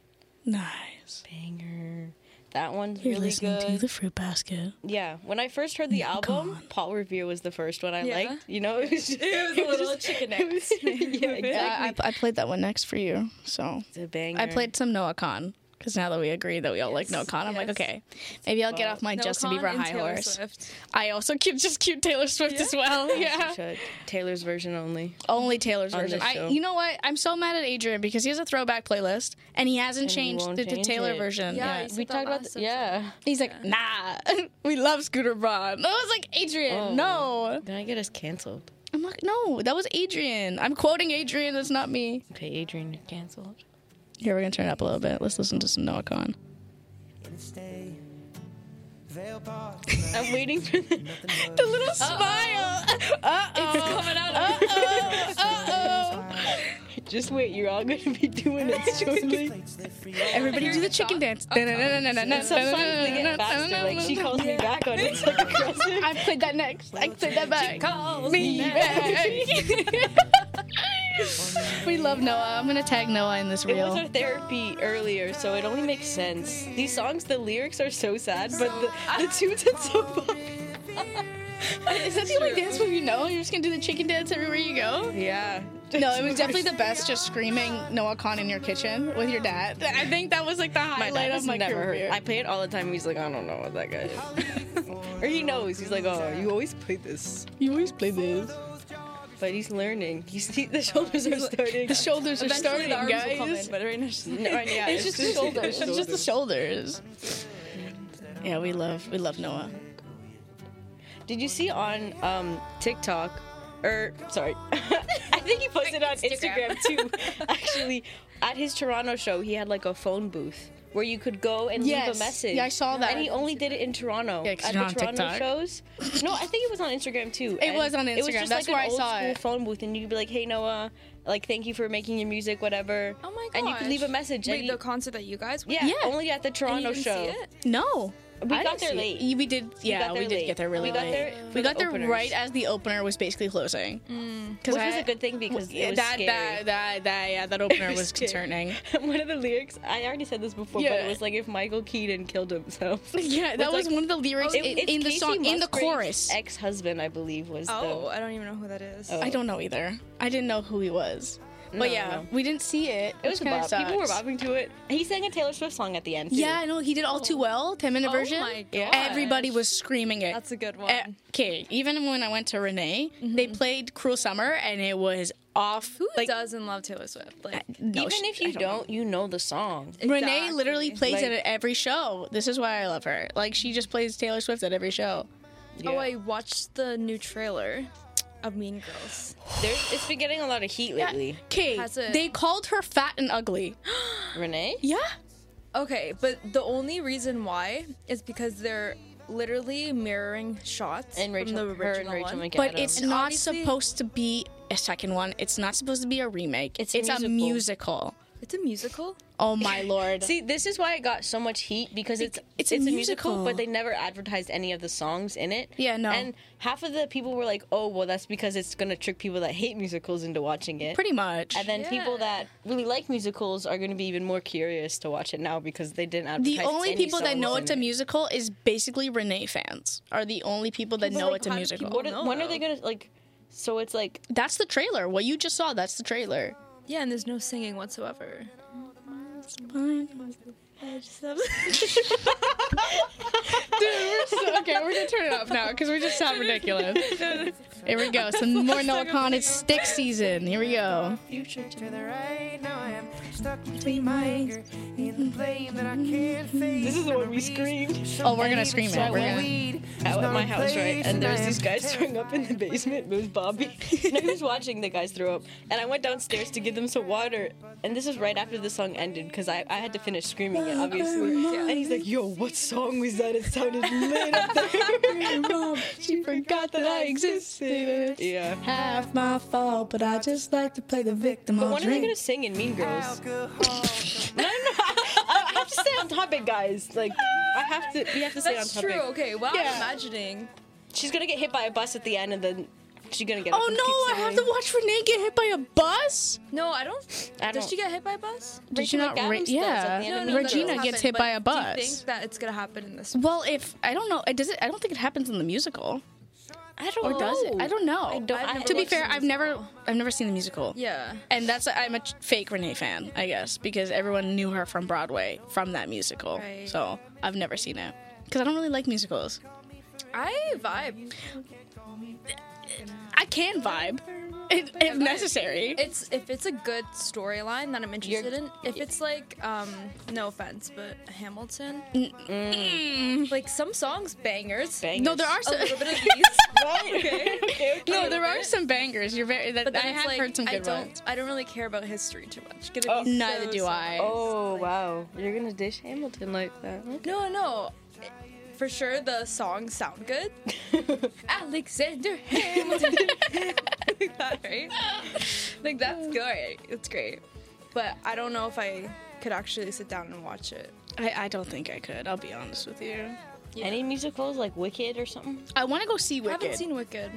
B: Nice.
D: banger. That one's
B: You're
D: really
B: listening to
D: good.
B: the Oh fruit basket.
D: yeah, when I first heard the album,
B: on.
D: Paul Revere was the first one I
C: Yeah.
D: liked. You know, it was, just, it was
C: little
D: just-
C: chicken
D: it was- yeah,
B: Yeah,
D: exactly.
B: I, I played that one next for you. So
D: It's a banger.
B: I played some Noah Khan because now that we agree that we all like
C: Yes,
B: Noah Khan, I'm like,
C: yes.
B: okay, maybe I'll get off my
C: No
B: Justin
C: Khan
B: Bieber
C: and
B: high
C: Taylor
B: horse.
C: Swift.
B: I also cute, just cute Taylor Swift as well. Yeah,
D: Should. Taylor's version only.
B: only Taylor's
D: On
B: version.
D: this
B: I,
D: show.
B: you know what? I'm so mad at Adrian because he has a throwback playlist and he hasn't
D: he
B: changed
D: won't
B: the, the
D: change
B: Taylor
D: it.
B: version.
C: Yeah,
B: yet.
C: said
D: we
C: that
D: talked about
C: last
D: th- yeah.
B: He's like, nah, we love Scooter Braun. I was like, Adrian,
D: Oh.
B: no.
D: Then I get us canceled.
B: I'm like, no, that was Adrian. I'm quoting Adrian, that's not me.
D: Okay, Adrian, you're canceled.
B: Here, we're gonna turn it up a little bit. Let's listen to some Noah Khan.
E: Stay. Veil part.
D: I'm waiting for the
B: The little smile. Uh oh.
C: Coming out
B: Uh oh. Uh oh.
D: Just wait, you're all gonna be doing it shortly.
B: Everybody do the chicken dance.
D: Sometimes they get faster. Like she calls me back on it. It's like aggressive.
B: I played that next. I played that back.
C: calls
B: Me back. We love Noah. I'm gonna tag Noah in this
D: It was our
B: reel.
D: therapy earlier, so it only makes sense. These songs, the lyrics are so sad, but the, the tunes are so fun.
B: Is that the only dance move you know? You're just gonna do the chicken dance everywhere you go?
D: Yeah.
B: No, it was definitely the best. Just screaming Noah Khan in your kitchen with your dad. I think that was like the
D: My
B: highlight
D: dad
B: of
D: has
B: my
D: never
B: career.
D: heard. I play it all the time. He's like, I don't know what that guy is. or he knows. He's like, oh, you always play this.
B: you always play this.
D: But he's learning. He's he, the shoulders are starting.
B: The shoulders are
C: Eventually
B: starting,
C: the arms will come
B: guys.
C: in, but right now she's
D: No, right, yeah,
B: It's just the shoulders. It's just the shoulders. Yeah, we love we love Noah.
D: Did you see on um, TikTok, or sorry, I think he posted on Instagram, too. Actually, at his Toronto show, he had like a phone booth where you could go and leave
B: Yes.
D: a message.
B: Yeah, I saw that.
D: And he only did it in Toronto.
B: Yeah, 'cause
D: at
B: you're
D: the
B: on
D: Toronto
B: TikTok.
D: shows. No, I think it was on Instagram too. and
B: was on
D: It was
B: Instagram.
D: just
B: That's
D: like
B: where
D: an
B: I saw
D: old
B: it.
D: school phone booth, and you could be like, "Hey Noah, like thank you for making your music, whatever."
C: Oh my
D: And you could leave a message. and
C: Wait,
D: you-
C: the concert that you guys went
D: yeah,
B: Yeah.
D: only at the
C: and
D: Toronto
C: you didn't
D: show.
C: See it?
B: No.
D: We
B: I
D: got
B: didn't
D: there
B: see
D: late.
B: it. E, We did, yeah,
D: got
B: we,
D: there
B: did
D: late.
B: get there really
D: We got
B: late.
D: there for
B: we got
D: the
B: there
D: openers. Mm.
B: right as the opener was basically closing. Which
D: Which was a good thing because it was
B: that,
D: scary.
B: that that that yeah, that opener was,
D: was scary.
B: concerning.
D: One of the lyrics, I already said this before, but
B: Yeah.
D: it was like if Michael Keaton killed himself.
B: Yeah, that was
D: like-
B: one of the lyrics
D: It-
B: in,
D: it's
B: in the
D: Casey
B: song in the
D: Musgrave's
B: chorus.
D: Ex-husband, I believe, was
C: Oh,
D: the.
C: I don't even know who that is.
D: Oh.
B: I don't know either. I didn't know who he was.
D: No,
B: But yeah,
D: no.
B: we didn't see it.
D: It was a
B: which kinda
D: bop. People were
B: sucks.
D: bobbing to it. He sang a Taylor Swift song at the end. too.
B: Yeah, no, he did all too well. Ten minute
C: Oh
B: version.
C: my
D: Yeah.
B: Everybody was screaming it. Eh,
C: That's a good one.
B: Okay, even when I went to Renee,
D: Mm-hmm.
B: they played "Cruel Summer" and it was off.
C: Who
B: like, eh,
C: doesn't love Taylor Swift? Like,
B: no,
D: Even
B: she-
D: if you
B: I
D: don't, you know the song.
B: Renee literally
C: Exactly.
B: plays it
D: Like-
B: at every show. This is why I love her. Like she just plays Taylor Swift at every show.
C: Oh, I watched the new trailer of Mean Girls.
D: There's, it's been getting a lot of heat lately.
B: Okay,
C: Has it-
B: they called her fat and ugly.
D: Renee?
B: Yeah,
C: Okay, but the only reason why is because they're literally mirroring shots
D: And Rachel,
C: from the
D: her and
C: original
D: Rachel
C: one.
D: McAdams.
B: but it's
C: And
B: not
C: obviously-
B: supposed to be a second one. It's not supposed to be a remake.
D: It's
B: It's,
D: a
B: a musical.
C: It's a musical.
B: Oh my lord.
D: See, this is why it got so much heat because it's
B: it's
D: it's,
B: a
D: a, musical.
B: musical.
D: but they never advertised any of the songs in it.
B: Yeah, no.
D: And half of the people were like, "Oh, well, that's because it's gonna trick people that hate musicals into watching it."
B: Pretty much.
D: And then people
C: Yeah.
D: that really like musicals are gonna be even more curious to watch it now because they didn't advertise.
B: the only
D: any
B: people that
D: songs
B: know
D: in
B: it's a
D: it.
B: musical is basically Renee fans. Are the only people that
C: People
B: know
C: like
B: it's a
C: how do
B: musical.
C: people-
D: What are,
C: No,
D: when are
C: though.
D: they gonna like? So it's like
B: That's the trailer. What you just saw, that's the trailer.
C: Yeah, and there's no singing whatsoever.
B: okay, we're gonna turn it off now because we just sound ridiculous. Here we go. Some more Noah Khan. It's stick season. Here we go.
E: future to the right. Now I am stuck between my anger and the blame that I can't face.
D: This is the one we screamed.
B: Oh, we're gonna scream it. We're gonna-
D: out at my house, right? And there's this guy throwing up in the basement. It was Bobby. and I was watching the guys throw up. And I went downstairs to give them some water. And this is right after the song ended because I, I had to finish screaming it, obviously. And he's like, yo, what song was that? It sounded lit up there. she forgot that I existed. Yeah.
B: Half my fault, but I just like to play the victim.
D: But when are they going to sing in Mean Girls? No, no, no. I have to stay on topic, guys. Like, I have to, we have to stay
C: That's
D: on topic.
C: true. Okay, wow,
D: Yeah.
C: I'm imagining.
D: She's going to get hit by a bus at the end and then she's going to get up
B: Oh
D: and
B: no!
D: keep
B: I have
D: singing.
B: to watch Renee get hit by a bus.
C: No, I don't.
D: I
C: Did
D: don't-
C: she get hit by a bus?
B: Did
D: Rachel
B: you not?
D: McAdams
B: Re-
D: does at
B: yeah,
D: the end of
C: no,
D: Mean
B: Regina
D: Girls.
C: that's
B: gets
C: happened,
B: hit by a
C: but
B: bus.
C: Do you think that it's gonna happen in this?
B: Well, if I don't know, it does it. I don't think it happens in the musical,
D: I don't
B: or does it? I don't know.
D: don't- I've
B: to
D: never
B: be
D: seen
B: fair, I've never, I've never seen the musical.
C: Yeah.
B: and that's I'm a fake Renee fan, I guess, because everyone knew her from Broadway from that musical.
C: Right.
B: So I've never seen it because I don't really like musicals.
C: I vibe.
B: I can vibe if, if necessary.
C: It's if it's a good storyline that I'm interested in. If it's like, um, no offense, but Hamilton. Mm. Like some songs bangers.
D: Bangers.
B: no, there are
C: A
B: some.
C: little bit of these. okay.
B: No, there are some bangers. You're very. That,
C: But then
B: I
C: it's
B: have
C: like,
B: heard some
C: I
B: good
C: don't,
B: ones.
C: I don't really care about history too much. Gonna
D: Oh.
C: be so
B: Neither do
C: sad.
B: I.
D: Oh wow, you're gonna dish Hamilton like that?
C: No, no. For sure, the songs sound good. Alexander Hamilton. like that, right? Like, that's good. It's great. But I don't know if I could actually sit down and watch it.
B: I, I don't think I could. I'll be honest with you.
D: Any musicals like Wicked or something?
B: I want to go see
C: I haven't
B: Wicked.
C: seen Wicked.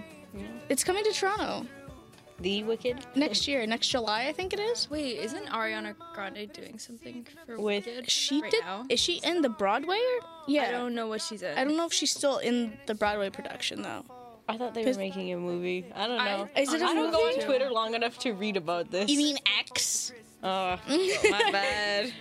B: it's coming to Toronto
D: The Wicked
B: next year, next July, I think it is.
C: Wait, isn't Ariana Grande doing something for
D: With-
C: Wicked?
B: She
C: right
B: did.
C: Now?
B: Is she in the Broadway? Or, yeah.
C: I don't know what she's in.
B: I don't know if she's still in the Broadway production though.
D: I thought they
B: Pis-
D: were making a movie. I don't know.
C: I-
B: Is it a
D: I don't go on
B: movie?
D: Twitter long enough to read about this.
B: X?
D: Oh, my bad.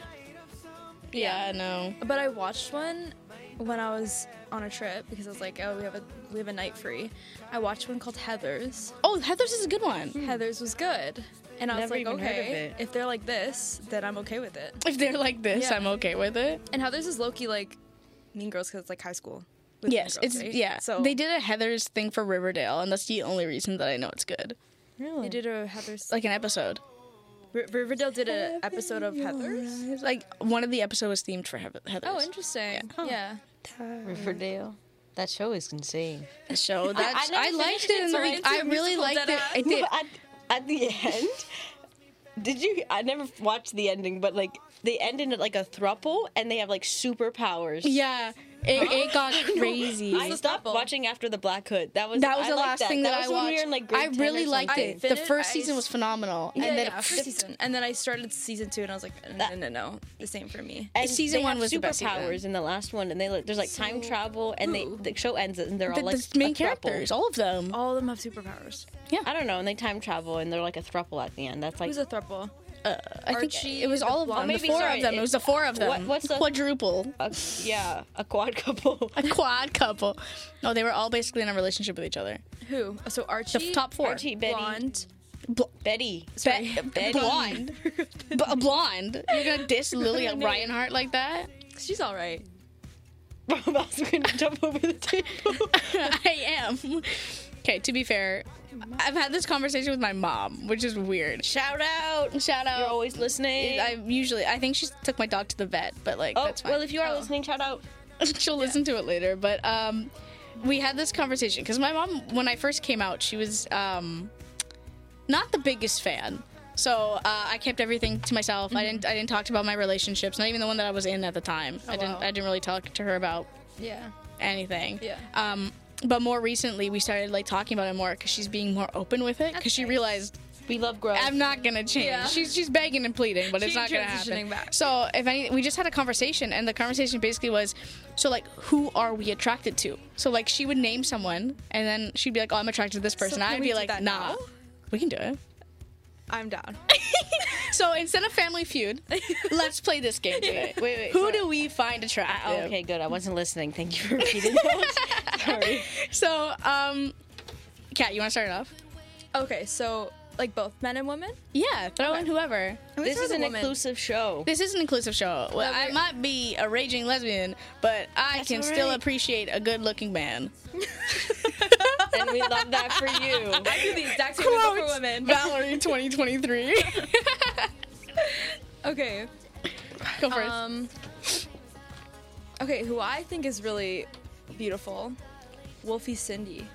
B: Yeah, no.
C: But I watched one when I was on a trip because I was like, oh, we have a we have a night free. I watched one called Heather's.
B: Oh, Heather's is a good one.
C: Heather's was good. And I
D: Never
C: was like,
D: even heard of
C: okay,
D: it.
C: if they're like this, then I'm okay with it.
B: If they're like this,
C: Yeah.
B: I'm okay with it.
C: And Heather's is Loki like Mean Girls because it's like high school. with
B: Yes,
C: Mean Girls,
B: it's
C: right?
B: yeah.
C: So
B: they did a Heather's thing for Riverdale, and that's the only reason that I know it's good.
D: Really?
C: They did a Heather's. Like
B: Like an episode.
C: R- Riverdale did an episode of Heather's.
B: Like one of the episodes was themed for Heath- Heather's.
C: Oh, interesting. Yeah.
D: Riverdale. That show is insane.
B: So that's
D: I never
B: I, liked
D: finished it,
B: it in the
D: so I
B: week.
D: didn't
B: I really liked it. I did.
D: At, at the end, did you? I never watched the ending, but like they end in like a thruple, and they have like superpowers.
B: Yeah, it, it got crazy.
D: I stopped
C: throuple?
D: watching after the Black Hood. That was
B: that was
D: I
B: the
D: liked
B: last thing that,
D: was
B: I
D: when
B: watched.
D: we were in, like, grade
B: I
D: 10 or
B: really liked
D: something.
B: it.
C: I
B: The
C: finished-
B: first
C: I
B: season was
C: s-
B: phenomenal,
C: Yeah,
B: and then
C: yeah, first season, and then I started season two, and I was like, no, no, no, no, the same for me.
D: And
B: Season
D: they
B: one
D: have
B: was the best season.
D: superpowers in the last one, and they like, there's like time travel, and they
C: Ooh.
D: the show ends, and they're all
B: the,
D: like
B: the main
D: a throuple.
B: characters, all of them.
C: All of them have superpowers.
D: I don't know, and they time travel, and they're like a thruple at the end. That's like
C: Who's a throuple?
B: I think
C: Archie,
B: it was
C: the
B: all of them.
C: blonde-
B: The
D: Maybe,
B: four
D: sorry,
B: of them. It
D: it-
B: was the four of them.
D: What- what's the-
B: quadruple?
D: a, yeah, a quad couple.
B: A quad couple. No, they were all basically in a relationship with each other.
C: Who? So Archie.
B: The f- top four.
D: Archie, Betty,
C: Blonde.
B: Bl-
D: Betty,
B: Sorry.
D: Betty.
B: Blonde. B- a blonde. You're gonna diss Lily Reinhart like that?
C: She's all right.
D: I'm also gonna jump over the table.
B: I am. Okay, to be fair, I've had this conversation with my mom, which is weird.
D: Shout out!
B: Shout out.
D: You're always listening.
B: I usually, I think she took my dog to the vet, but like,
D: oh,
B: that's fine.
D: well, if you are listening, shout out.
B: She'll listen to it later. But um, we had this conversation because my mom, when I first came out, she was um, not the biggest fan. So uh, I kept everything to myself.
D: Mm-hmm.
B: I didn't. I didn't talk about my relationships, not even the one that I was in at the time.
D: Oh,
B: I didn't.
C: wow.
B: I didn't really talk to her about
C: Yeah.
B: anything.
C: Yeah.
B: Um, but more recently, we started like talking about it more because she's being more open with it because she realized
D: We love growth.
B: I'm not gonna change.
C: Yeah.
B: She's she's begging and pleading, but it's
C: She's
B: not gonna
C: transitioning
B: happen.
C: back.
B: So if any, we just had a conversation, and the conversation basically was, so like, who are we attracted to? So like, she would name someone, and then she'd be like, oh, I'm attracted to this person.
C: can
B: I'd
C: we
B: be
C: do
B: like,
C: that
B: nah,
C: now?
B: we can do it.
C: I'm down.
B: So instead of Family Feud, let's play this game today.
D: Wait, wait.
B: Who do we find attractive?
D: Oh, Okay, good. I wasn't listening. Thank you for repeating that. Sorry.
B: So, um, Kat, you want to start it off?
C: Okay, so like both men and women.
B: Yeah, throw in whoever.
D: This
C: start
D: is
C: with
D: an
C: women.
D: inclusive show.
B: This is an inclusive show. Well, I
C: we're-
B: might be a raging lesbian, but I
D: That's
B: can
D: all
B: still
D: right.
B: appreciate a good-looking man.
D: and we love that for you.
C: I do the exact same thing for women.
B: Valerie 2023.
C: Okay.
B: Go first.
C: Um. Okay, who I think is really beautiful, Wolfie Cindy.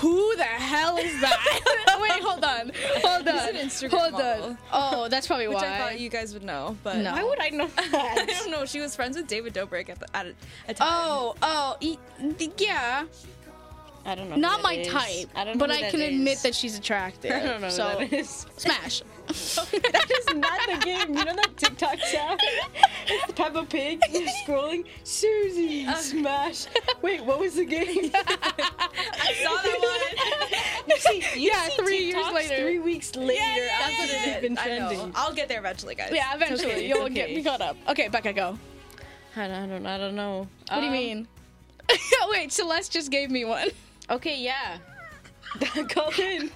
B: Who the hell is that? Wait, hold on. Hold on.
C: an Instagram
B: hold
C: model.
B: on. Oh, that's probably
C: Which I
B: why.
C: thought you guys would know, but
B: No.
D: Why would I know
C: I
D: that?
C: don't know. She was friends with David Dobrik at, the, at a, a time.
B: Oh, oh, e- d- yeah.
D: I don't know. who
B: Not
D: that
B: my
D: is.
B: type,
D: I don't know
B: but
D: who
B: I
D: that
B: can
D: is.
B: admit that she's attractive.
D: I don't know.
B: so,
D: who that is.
B: smash.
D: that is not the game. You know that TikTok sound? It's the Peppa Pig. You're scrolling. Susie, smash. Wait, what was the game?
C: I saw that one.
D: you see, you
B: Yeah,
D: see
B: three years
D: TikToks
B: later.
D: Three weeks later.
C: That's what it is.
D: Been
C: I know.
D: trending.
C: I'll get there eventually, guys.
B: Yeah, eventually
D: okay,
B: you'll
D: okay.
B: get me caught up. Okay, Becca, go.
D: I don't, I don't. I don't know.
B: What do you mean? Wait, Celeste just gave me one.
D: Okay, yeah. Call in.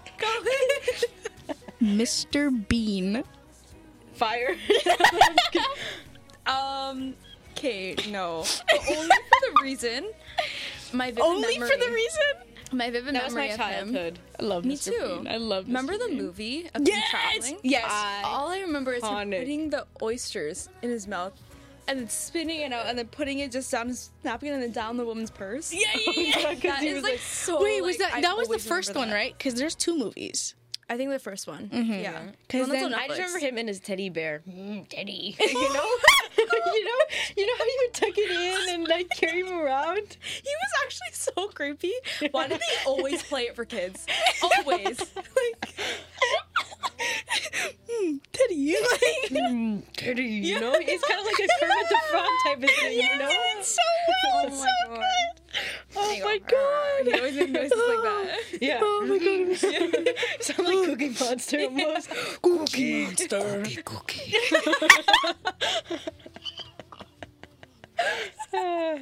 B: Mr. Bean.
D: Fire.
C: Um. Okay. No. But only for the reason. My vivid
B: Only
C: memory.
B: for the reason?
C: My vivid
D: That was
C: memory
D: my
C: of him.
D: childhood.
B: I love
C: Me
B: Mr.
C: too.
B: Bean. I love Mr.
C: Remember the
B: Bean.
C: movie of
B: Yes!
C: him traveling?
B: Yes.
C: All I remember is him
D: Iconic.
C: putting the oysters in his mouth, and then spinning it out, and then putting it just down his napkin, and then down the woman's purse.
B: Yeah, yeah, yeah.
D: Because
C: That
D: he
C: is
D: was
C: like,
D: like,
C: so.
B: Wait, was
C: like,
B: that
C: I
B: that was the
C: always
B: first
C: remember
B: one,
C: that.
B: right? Because there's two movies.
C: I think the first one. Yeah.
B: Because
C: The one that's
B: then
C: on
D: I just
C: Netflix.
D: remember him and his teddy bear. Mm, teddy. You know? you know? You know how you would tuck it in and like carry him around?
C: He was actually so creepy. Why did they always play it for kids? Always. like,
B: Hmm, Teddy.
D: Mm, teddy. You know? It's kind of like a Kermit the Frog type of thing, you know?
B: so well.
C: oh my god.
D: Oh my
C: He
D: god.
C: always made noises like that.
D: Yeah. Oh my god. Sound like Cookie Monster almost. Cookie Monster. Cookie. cookie. Oh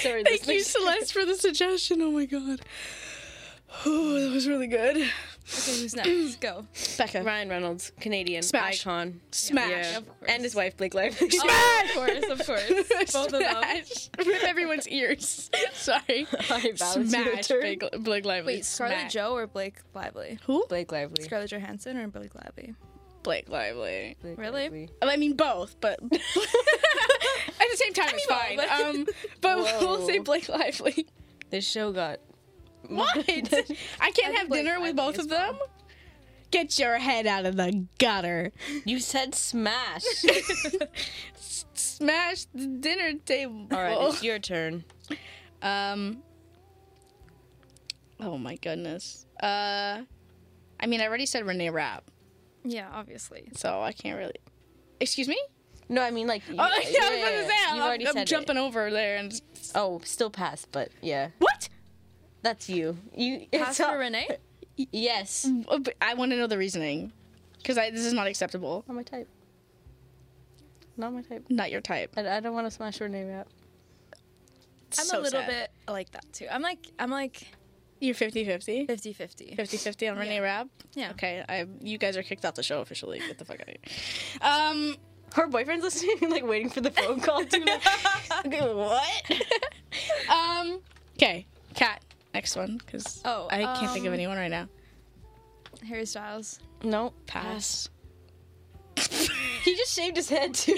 D: Sorry,
B: Thank
D: this
B: you,
D: makes-
B: Celeste, for the suggestion. Oh my god. Oh, that was really good.
C: Okay, who's next? Go.
B: Becca.
D: Ryan Reynolds, Canadian
B: Smash.
D: icon,
B: Smash.
D: yeah,
C: of course.
D: and his wife Blake Lively.
C: Oh, of course, of course. Both of them.
B: Smash. Rip everyone's ears. Sorry. Smash Blake, Blake Lively.
C: Wait, Scarlett
B: Smash.
C: Joe or Blake Lively?
D: Blake Lively.
C: Scarlett Johansson or Blake Lively?
B: Blake Lively.
D: Blake
C: Really?
D: Lively.
B: I mean both, but at the same time it's
C: I mean,
B: fine.
C: both.
B: Um, but we'll
D: Whoa.
B: say Blake Lively.
D: This show got
B: What? I can't have
C: Blake
B: dinner with
C: Lively
B: both
C: as
B: of them. Get your head out of the gutter.
D: You said smash.
B: Smash the dinner table.
D: All right, it's your turn.
B: Um. Oh my goodness. Uh, I mean, I already said Renee Rapp,
C: Yeah, obviously.
B: so I can't really. Excuse me?
D: No, I mean like. You,
B: Oh, yeah, I was about to say. I'm,
D: You already
B: I'm
D: said
B: jumping
D: It.
B: over there and.
D: Oh, still passed, but yeah,
B: What?
D: that's you. You
C: Pass
D: it's
C: for
D: all-
C: Renee?
D: Yes.
B: Oh, but I want to know the reasoning, because this is not acceptable.
D: Not my type. Not my type.
B: Not your type.
D: I, I don't want to smash your name out.
B: It's
C: I'm
B: so
C: a little
B: sad.
C: bit like that too. I'm like I'm like
B: You're 50-50?
C: 50-50.
B: 50-50 on Renee Rapp?
C: Yeah.
B: Okay, I you guys are kicked off the show officially. Get the fuck out of here. Um,
D: Her boyfriend's listening, and, like waiting for the phone call to. Like,
B: what? um, okay, Kat, next one, because
C: Oh,
B: I can't think of
C: um,
B: anyone right now.
C: Harry Styles.
D: no,
B: Pass.
D: He just shaved his head too.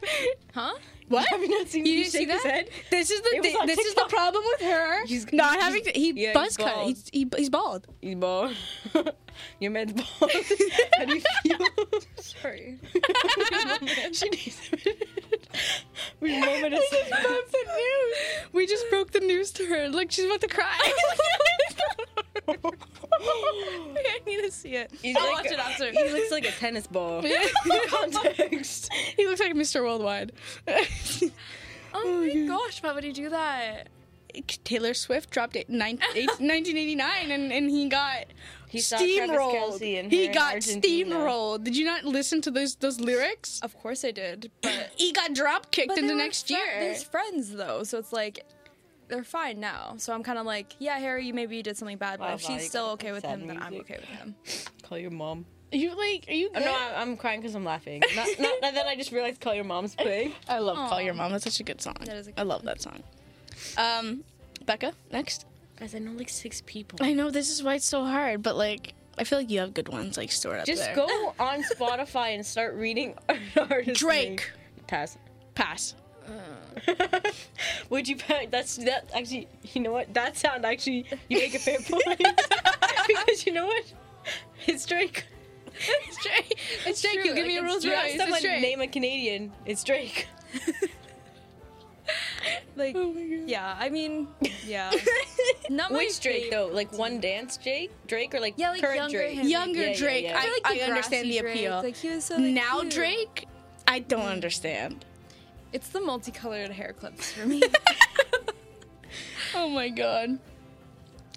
C: Huh?
D: What? Have you not seen
B: You
D: him
B: didn't see
D: shave his
B: that?
D: head?
B: This is
D: It was
B: the
D: on
B: this is the
D: TikTok.
B: problem with her.
D: He's-
B: not having to, he
D: yeah,
B: buzz
D: he's
B: cut.
D: bald.
B: He's, he, he's bald.
D: He's bald. Your man's bald. How do you feel?
C: Sorry.
D: she needs a minute. We moment of silence.
B: We just broke the news to her. Look, she's about to cry. I need to see it.
D: He's
C: I'll watch it after.
D: He looks like a tennis ball. Context.
B: He looks like Mr. Worldwide.
C: Oh my gosh, why would he do that?
B: Taylor Swift dropped it in nine- eight- 1989, and, and he got
D: He saw Travis
B: steamrolled.
D: Kelce and
B: He
D: her in
B: got
D: Argentina.
B: steamrolled. Did you not listen to those those lyrics?
C: Of course I did, but
B: He got drop kicked
C: but
B: in
C: they
B: the
C: were
B: next
C: fri-
B: year.
C: There's friends though, so it's like they're fine now. So I'm kind of like, yeah, Harry, you maybe did something bad, but
D: Wow,
C: if
D: Val, you
C: she's
D: got
C: still okay with
D: sad
C: him, then I'm
D: music.
C: okay with him.
D: Call your mom.
B: Are you like? Are you?
D: Oh,
B: good?
D: no, I'm, I'm crying because I'm laughing. Not, not, and then I just realized Call Your Mom's playing.
B: I love "Call Your Mom." That's such a good song.
C: That is a
B: I
C: good
B: love that song. Um, Becca, next.
D: Guys, I know like six people.
B: I know this is why it's so hard, but like, I feel like you have good ones like stored up
D: Just
B: there.
D: go on Spotify and start reading an artist.
B: Drake.
D: name. Pass.
B: Pass.
D: Would you? pa- That's that. Actually, you know what? That sound actually. You make a fair point because you know what? It's Drake.
B: It's Drake. It's Drake. You
C: true,
B: give me
C: like,
B: a
C: it's
B: Rolls
D: You
B: Royce.
D: ask someone
B: It's
D: to
B: Drake.
D: name a Canadian. It's Drake.
C: Like,
D: Oh
C: yeah, I mean, yeah, not my
D: Which Drake
C: fav-
D: though? Like one dance Drake? Drake or like
C: Yeah, like
D: current
C: younger
D: Drake?
C: him.
B: Younger
D: Yeah, yeah,
B: Drake.
D: yeah. I
C: feel
B: I,
C: like
B: I understand the
C: Degrassi Drake,
B: appeal.
C: Like he was so like,
B: now
C: cute.
B: Drake, I don't understand.
C: It's the multicolored hair clips for me.
B: Oh my god.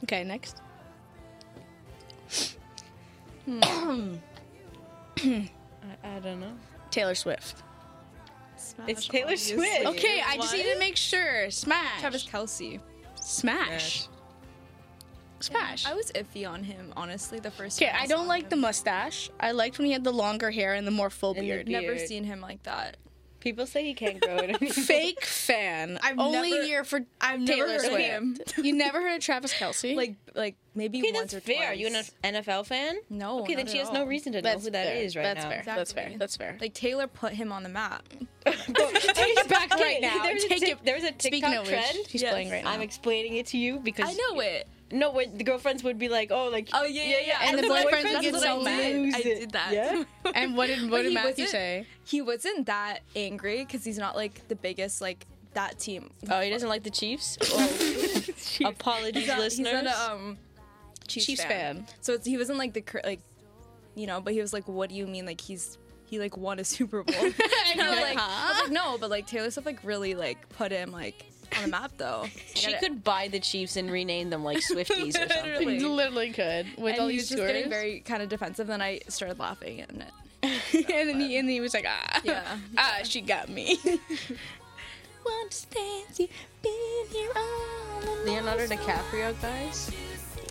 B: Okay, next.
D: I, I don't know.
B: Taylor Swift.
C: Smash,
D: It's Taylor
C: obviously.
D: Swift.
B: Okay, I just
C: What?
B: need to make sure. Smash.
C: Travis Kelsey.
B: Smash. Smash.
C: I was iffy on him, honestly, the first.
B: Okay,
C: time
B: I don't
C: saw
B: like the
C: him.
B: mustache. I liked when he had the longer hair and the more full
D: the
B: beard.
D: beard.
C: Never
D: beard.
C: seen him like that.
D: People say he can't grow it. anymore.
B: Fake fan.
C: I've
B: Only
C: never-
B: here for
C: I've
B: Taylor
C: never heard
B: Swift.
C: of him.
B: You never heard of Travis Kelsey?
C: like, like maybe
D: Okay,
C: once
D: that's
C: or
D: fair. Are
C: twice.
D: you an NFL fan?
C: No.
D: Okay, then
C: not
D: she
C: at
D: has no
C: all.
D: reason to know
B: that's
D: who that is
B: fair.
D: right
B: that's
D: now.
B: Fair. That's fair.
C: Exactly.
B: That's fair.
C: Like Taylor put him on the map.
B: take it back right now.
D: There's
B: Take
D: a tic-
B: it.
D: There's a
B: Speaking
D: TikTok
B: of which,
D: trend.
B: she's
C: Yes.
B: playing right now.
D: I'm explaining it to you because
C: I know it.
D: No, where the girlfriends would be like, "Oh, like
C: Oh yeah, yeah, yeah.
B: And the
C: then
B: boyfriends
C: my boyfriend
B: would get
C: was
B: so
C: like,
B: mad.
C: "Dude, I
D: Lose it.
C: did that.
D: Yeah.
B: and what did what
C: But
B: did
C: he
B: Matthew
C: wasn't-
B: say?
C: He wasn't that angry because he's not like the biggest like that team.
D: oh, he doesn't like the Chiefs." Apologies,
C: He's not, he's
D: listeners.
C: not a um, Chiefs,
B: Chiefs fan.
C: So it's, he wasn't like the cr- like, you know. But he was like, "What do you mean? Like he's." He like won a Super Bowl. and I was, like, I was like, no, but like Taylor Swift like really like put him like on the map though.
D: she
C: Gotta-
D: could buy the Chiefs and rename them like Swifties or something.
B: You
C: Literally.
B: literally could with
C: and
B: all
C: he
B: these
C: was just getting
B: scores.
C: very kind of defensive. Then I started laughing and it.
B: and then he and he was like, ah,
C: Yeah.
B: ah, she got me.
D: Leonardo DiCaprio, guys.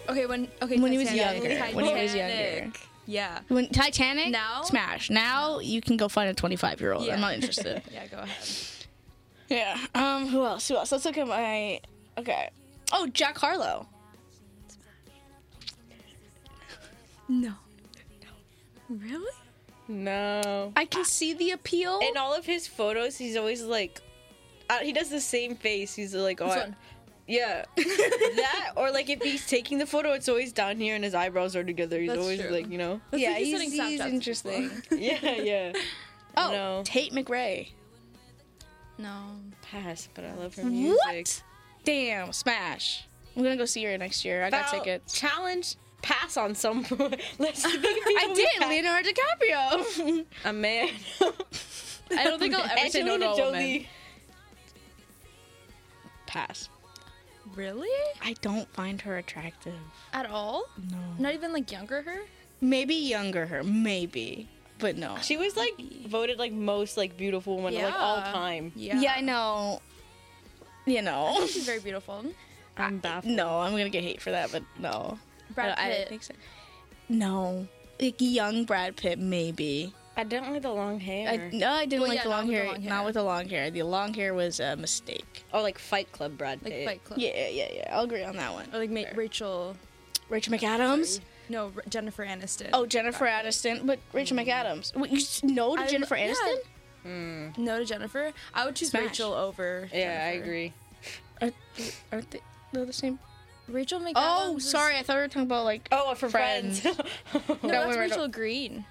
C: Okay, when okay
B: When he was
C: Titanic.
B: younger. When he was
C: Titanic.
B: younger.
C: Yeah.
B: When Titanic
C: Now?
B: smash. Now you can go find a 25 year old.
C: Yeah.
B: I'm not interested.
C: Yeah, go ahead.
B: yeah. Um. Who else? Who else? Let's look at my. Okay. Oh, Jack Harlow.
C: No. No. Really?
D: No.
B: I can see the appeal.
D: In all of his photos, he's always like, uh, he does the same face. He's like, "Oh,
C: This
D: I-
C: one.
D: yeah, that." Or like if he's taking the photo, it's always down here and his eyebrows are together. He's
C: That's
D: always
C: true.
D: like, you know.
C: That's
B: yeah,
C: like
B: he's,
C: you sending
B: he's
C: Snapchats to
B: interesting.
C: people.
D: Yeah, yeah.
B: Oh,
D: No.
B: Tate McRae.
C: No.
D: Pass, but I love her music.
B: What? Damn, smash. I'm gonna go see her next year. I got
D: Val,
B: tickets.
D: Challenge pass on some. Let's see.
B: I did, Leonardo DiCaprio.
D: A man.
B: I don't think I'll ever say no to
D: Angelina
B: a woman.
D: Jolie.
B: Pass.
C: Really?
B: I don't find her attractive.
C: At all? No. Not even like younger her?
B: Maybe younger her, maybe, but no.
D: She was like voted like most like beautiful woman of, like all
C: Yeah.
D: time.
B: Yeah, I know. You know.
C: She's very beautiful.
D: I'm baffled.
B: No, I'm gonna get hate for that, but no. I,
C: Brad
B: don't- I
C: Pitt.
B: don't think so. No. Like young Brad Pitt, maybe.
D: I don't like the long hair.
B: I, no, I didn't
C: Well,
B: like
C: yeah,
B: the,
C: not
B: long
C: with the
B: hair. Not
C: long hair.
B: with the long hair. The long hair was a mistake.
D: Or Oh, like Fight Club Brad
C: Like
D: Pitt.
C: Fight Club. Uh,
B: Yeah, yeah, yeah. I'll agree on that one.
C: Or like Ma- Rachel.
B: Rachel McAdams.
C: No, R- Jennifer Aniston.
B: Oh, Jennifer Aniston, but Rachel McAdams. Wait, you s- no to
C: Mm. I
B: Jennifer
C: lo- yeah.
B: Aniston? Hmm.
C: no to Jennifer. I would choose
B: Smash.
C: Rachel over.
D: Yeah, I
C: Jennifer.
D: agree.
B: Are, aren't they they're the same?
C: Rachel McAdams.
B: Oh,
C: is-
B: sorry, I thought we were talking about like.
D: Oh, for friends.
C: No,
B: that
C: that's
B: one right
C: Rachel Green.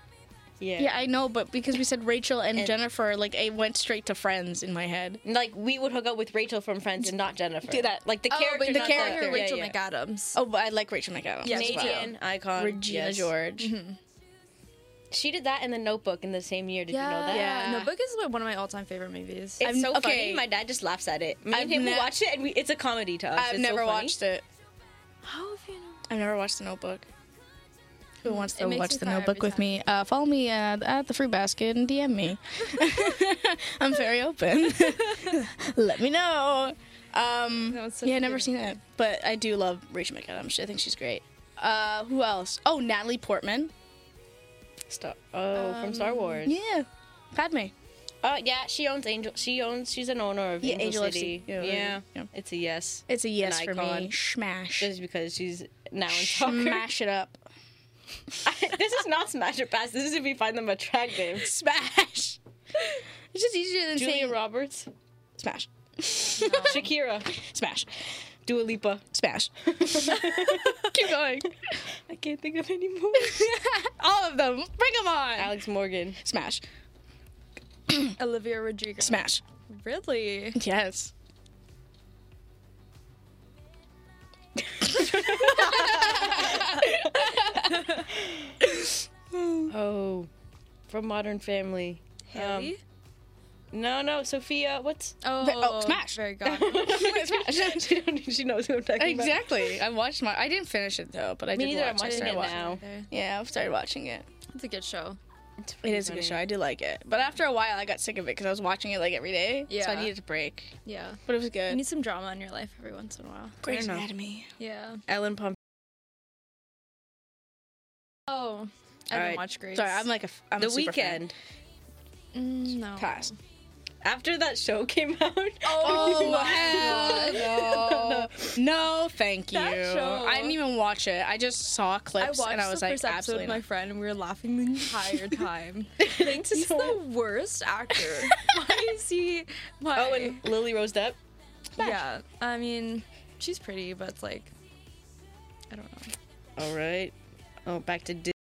D: yeah.
B: Yeah, I know, but because we said Rachel and,
D: And-
B: Jennifer, like it went straight to Friends in my head.
D: Like we would hook up with Rachel from Friends and not Jennifer.
B: Do that. Oh,
D: Like the character.
B: the
D: not
B: character,
D: Yeah,
C: Rachel
D: yeah.
C: McAdams.
B: Oh, but I like Rachel McAdams.
C: Yeah,
B: as well.
D: Canadian icon
B: Regina
D: yes.
B: George.
D: She did that in The Notebook in the same year. Did you know that?
B: Yeah.
C: Notebook is like one of my all-time favorite movies.
D: It's
B: I've-
D: so
B: okay.
D: funny. My dad just laughs at it. Me
B: I've
D: and him we
B: ne-
D: watch it, and we, it's a comedy to us.
B: I've
D: It's so
B: never
D: funny.
B: watched it.
C: How have you known?
B: I've never watched The Notebook. Who wants to
C: makes
B: watch
C: me
B: The
C: cry
B: Notebook
C: every
B: with me? Uh, follow me uh, at the Fruit Basket and DM me. I'm very open. Let me know. Um,
C: That was such
B: yeah,
C: a
B: I've never
C: good-
B: seen that, but I do love Rachel McAdams. I think she's great. Uh, who else? Oh, Natalie Portman.
D: Star- oh, from Star Wars.
B: Yeah, Padme.
D: Oh yeah, she owns Angel. She owns. She's an owner of
B: Yeah,
D: Angel,
B: Angel of
D: City.
B: Sea- yeah,
D: Yeah.
B: yeah.
D: it's a yes.
B: It's a yes
D: An
B: for me.
D: icon.
B: Smash.
D: Just because she's now in soccer.
B: Smash it up.
D: this is not smash or pass. This is if we find them attractive.
B: Smash. It's just easier than
D: Julia
B: saying
D: Roberts,
B: smash,
D: Shakira,
B: smash,
D: Dua Lipa.
B: smash. Keep going.
D: I can't think of any more.
B: All of them. Bring them on.
D: Alex Morgan.
B: Smash.
C: Olivia Rodrigo.
B: Smash.
C: Really?
B: Yes.
D: Oh, from Modern Family.
B: Um,
C: Haley?
D: No, no, Sophia. What's
C: oh,
B: oh, Smash.
C: Very God.
B: Smash.
D: she, don't- she knows who I'm talking about.
B: Exactly. I watched my. I didn't finish it though, but I
D: Me
B: did
D: neither. I'm
B: watch I
D: watching
B: started
D: it
B: watching-
D: now.
B: Yeah, I've started watching it.
C: It's a good show.
D: It's
B: It
D: pretty
B: is a good
D: funny.
B: show. I do like it, but after a while, I got sick of it because I was watching it like every day. So I
C: Yeah.
B: needed a break,
C: Yeah.
B: but it was
C: You
B: good.
C: need some drama in your life every once in a while.
B: Grey's
D: know.
B: Anatomy.
C: Yeah.
D: Ellen Pomp.
C: Oh, I
D: All
C: haven't
D: right.
C: watched Grace.
B: Sorry, I'm like a. f- I'm
D: The
B: a super fan.
D: Weekend.
C: Mm, no.
B: Pass.
D: After that show came out.
B: Oh, hell no.
D: No.
B: No, thank you.
C: That show-
B: I didn't even watch it. I just saw
C: I
B: clips
C: watched
B: and I was
C: the
B: like,
C: first episode
B: absolutely.
C: with my
B: not.
C: friend, and we were laughing the entire time.
D: Thanks
C: He's
D: so
C: the worst actor. Why is he? Why?
D: Oh, and Lily Rose Depp.
C: yeah. I mean, she's pretty, but it's like, I don't know.
D: All right. Oh, back to Di-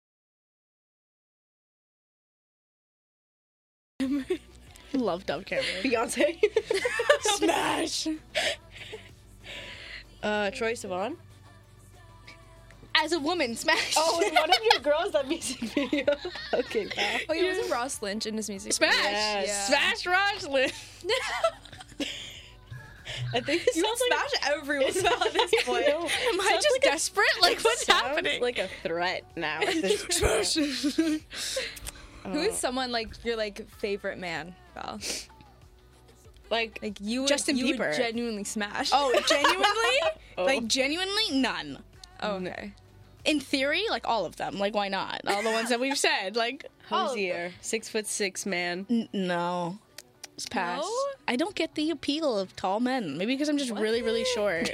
B: Love Dove Cameron.
D: Beyonce.
B: Smash!
D: uh, Troy Sivan.
B: As a woman, smash!
D: Oh, and one of your girls that music video. okay, wow.
C: Oh, yeah, wasn't Ross Lynch in his music?
B: smash!
D: Yes.
B: Smash Roslyn!
D: I think it sounds like
C: smash everyone at this point.
D: I know.
B: Am I just desperate? Like, what's
D: Sounds
B: happening?
D: Like a threat now. at this point.
B: Smash!
C: Who is someone like your like favorite man, Val?
D: Like
C: Like you, would,
B: Justin
C: you would
B: Bieber.
C: genuinely smash.
B: oh, genuinely?
D: Oh.
B: Like, genuinely? None.
C: Oh, okay.
B: In theory, like all of them. Like, why not? All the ones that we've said. Like, all of
D: Hosier, six foot six man.
B: N- Oh. no. It's pass.
C: No?
B: I don't get the appeal of tall men. Maybe because I'm just really, really short.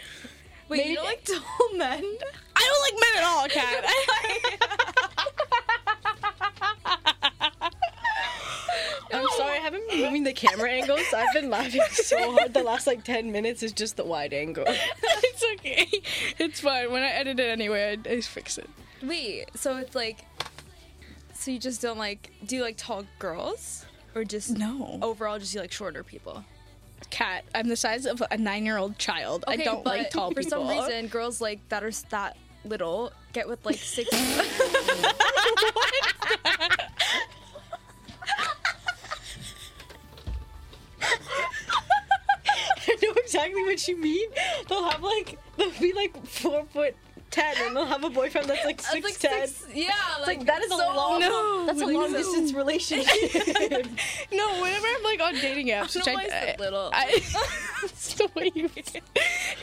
C: Wait, you don't like tall men?
B: I don't like men at all, Kat.
D: I'm sorry, I haven't been moving the camera angles. I've been laughing so hard. The last like ten minutes is just the wide angle.
B: it's okay. It's fine. When I edit it anyway, I, I fix it.
C: Wait, so it's like, so you just don't like? Do you like tall girls, or just
B: No. Oh,
C: overall just you like shorter people?
B: Kat, I'm the size of a nine year old child. I
C: Okay,
B: don't like
C: but
B: tall
C: for
B: people.
C: some reason, girls like that are s- that little get with like six.
D: I know exactly what you mean. They'll have like they'll be like four foot ten, and they'll have a boyfriend that's like
C: That's,
D: six
C: like
D: ten.
C: six. Yeah, like,
D: Like that is a
C: so-
D: long,
B: No,
D: that's a long
B: no.
D: distance relationship.
B: no, whenever I'm like on dating apps,
C: I
B: which
C: don't know
B: I,
C: why I said little.
B: I- it's the way you.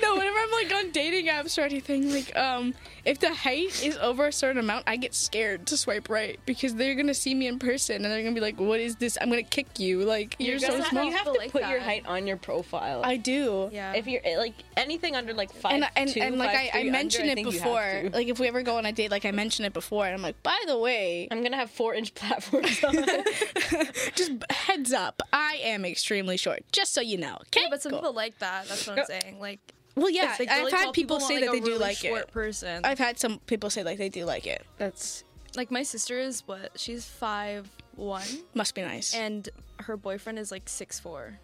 B: No, whenever I'm like on dating apps or anything, like um, if the height is over a certain amount, I get scared to swipe right because they're gonna see me in person and they're gonna be like, "What is this? I'm gonna kick you!" Like you're,
D: Guys,
B: so
D: you
B: small.
D: have to
C: people like
D: put your
C: that.
D: height on your profile.
B: uh, I do.
C: Yeah.
D: if you're eh, like anything under like five
B: And, and,
D: two,
B: and like
D: five,
B: I,
D: three
B: I
D: under,
B: mentioned it
D: think you have
B: before.
D: to.
B: Like if we ever go on a date, like I mentioned it before, and I'm like, by the way,
D: I'm gonna have four inch platforms on.
B: just heads up, I am extremely short, just so you know. Okay.
C: yeah, but some
B: Cool.
C: people like that. That's what I'm saying. Like,
B: well, yeah,
C: it's, like,
B: I've
C: really
B: had
C: tall
B: people,
C: want,
B: say
C: like,
B: that they
C: a
B: do
C: really
B: like
C: short
B: it.
C: Person.
B: I've had some people say like they do like it.
D: That's
C: like my sister is what? She's five one,
B: Must be nice.
C: and her boyfriend is like six four.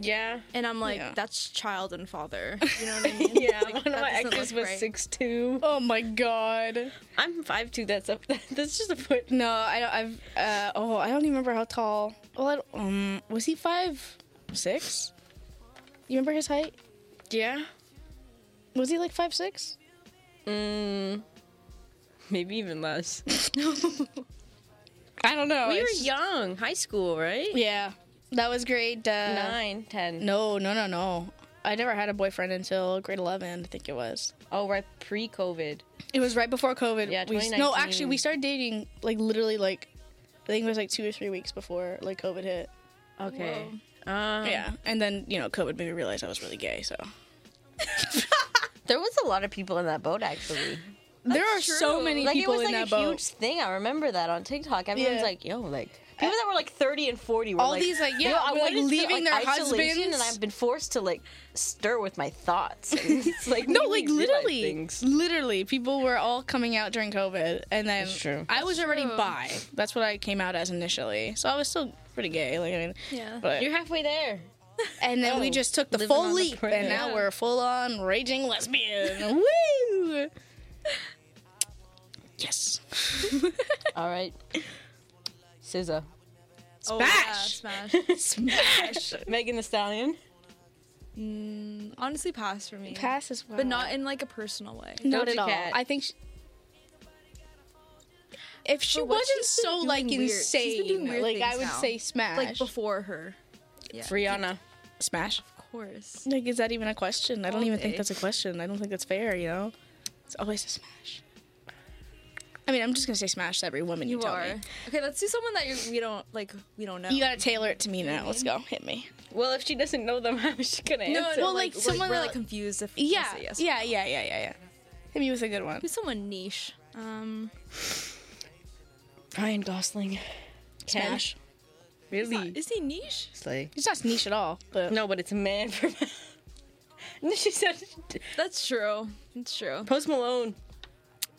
D: yeah,
C: And I'm like,
B: Yeah.
C: that's child and father. You know what I mean?
D: yeah.
C: Like,
D: one of
C: that
D: my
C: doesn't
D: exes
C: look
D: was
C: right.
D: six two.
B: oh my god.
D: I'm five two. That's up. That's just a foot.
B: No, I don't. I've. Uh, oh, I don't even remember how tall. Well, I don't, um, was he five, six? You remember his height?
D: Yeah.
B: Was he like five six?
D: Mm, maybe even less.
B: I don't know.
D: we were
B: it's-
D: young, high school, right?
B: Yeah, that was grade uh,
D: Nine, ten.
B: No, no, no, no. I never had a boyfriend until grade eleven. I think it was.
D: Oh, right, pre-COVID.
B: It was right before COVID.
D: Yeah,
B: we, no,
D: 2019.
B: actually, we started dating like literally like I think it was like two or three weeks before like COVID hit.
D: Okay. Um,
B: Yeah, and then you know COVID made me realize I was really gay. So
D: There was a lot of people in that boat actually.
B: there are so
C: true.
B: many
D: Like it
B: people
D: was
B: in
D: like
B: that
D: a
B: boat.
D: huge thing. I remember that on TikTok. Everyone's
B: Yeah.
D: like, "Yo, like people that were like 30 and 40 were
B: All
D: Uh, like,
B: these, like, yeah,
D: "Yo, I
B: were, like,
D: went into,
B: leaving
D: like,
B: their
D: isolation and
B: husbands."
D: I've been forced to like stir with my thoughts. And it's like
B: No,
D: made
B: like
D: me realize
B: literally,
D: things.
B: literally, people were all coming out during COVID, and then
D: That's true.
B: I was already
C: true.
B: bi. That's what I came out as initially, so I was still pretty gay. Like I mean,
C: Yeah.
B: but
D: You're halfway there.
B: and then we
D: Oh,
B: just took the
D: living on
B: full
D: the
B: leap,
D: prayer.
B: and now
D: Yeah.
B: we're full on raging lesbian. Woo! Yes.
D: All right. SZA,
C: Oh, yeah,
B: Smash.
C: smash.
B: Smash.
D: Megan the Stallion.
C: Mm, honestly, pass for me.
B: Pass as well,
C: But not in like a personal way.
B: not
D: Doja
B: at all.
D: Cat.
B: I think. She, if she
C: For what
B: wasn't
C: she's been
B: so like
C: doing weird- she's been
B: insane,
C: doing weird
B: like I
C: things
B: would
C: now.
B: say, smash.
C: Like before her. Yeah.
D: Rihanna.
B: smash.
C: Of course.
B: Like, is that even a question? I don't
C: All
B: even
C: day.
B: think that's a question. I don't think that's fair, you know? It's always a smash. I mean, I'm just gonna say smash to every woman you,
C: You
B: tell
C: are.
B: me.
C: Okay, let's do someone that you, we don't like. We don't know.
B: You gotta tailor it to me now. Let's go. Hit me.
D: Well, if she doesn't know them, how is she gonna answer?
B: no, well, like, someone
C: we're
B: that-
C: like confused if we
B: Yeah.
C: say yes.
B: yeah, yeah, yeah, yeah, yeah. Hit me with a good one.
C: Who's someone niche? Um,
D: Ryan Gosling. Ken.
B: Smash.
D: Really?
C: is he niche?
D: It's like
B: It's not niche at all, but
D: no, but it's a man for. she said
C: That's true. That's true.
D: Post Malone.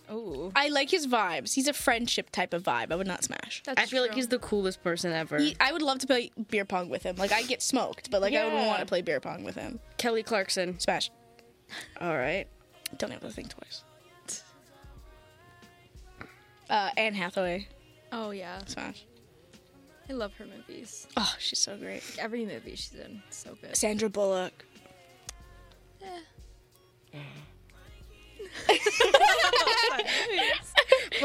C: Oh,
B: I like his vibes. He's a friendship type of vibe. I would not smash.
C: that's
D: I feel like
C: true.
D: he's the coolest person ever.
B: He, I would love to play beer pong with him. Like I get smoked, but like I would
D: Yeah.
B: want to play beer pong with him.
D: Kelly Clarkson.
B: Smash.
D: All right.
B: Don't ever think twice. Uh, Anne Hathaway.
C: Oh yeah,
B: Smash.
C: I love her movies.
B: Oh, she's so great.
C: Every movie she's in, so good.
B: Sandra Bullock.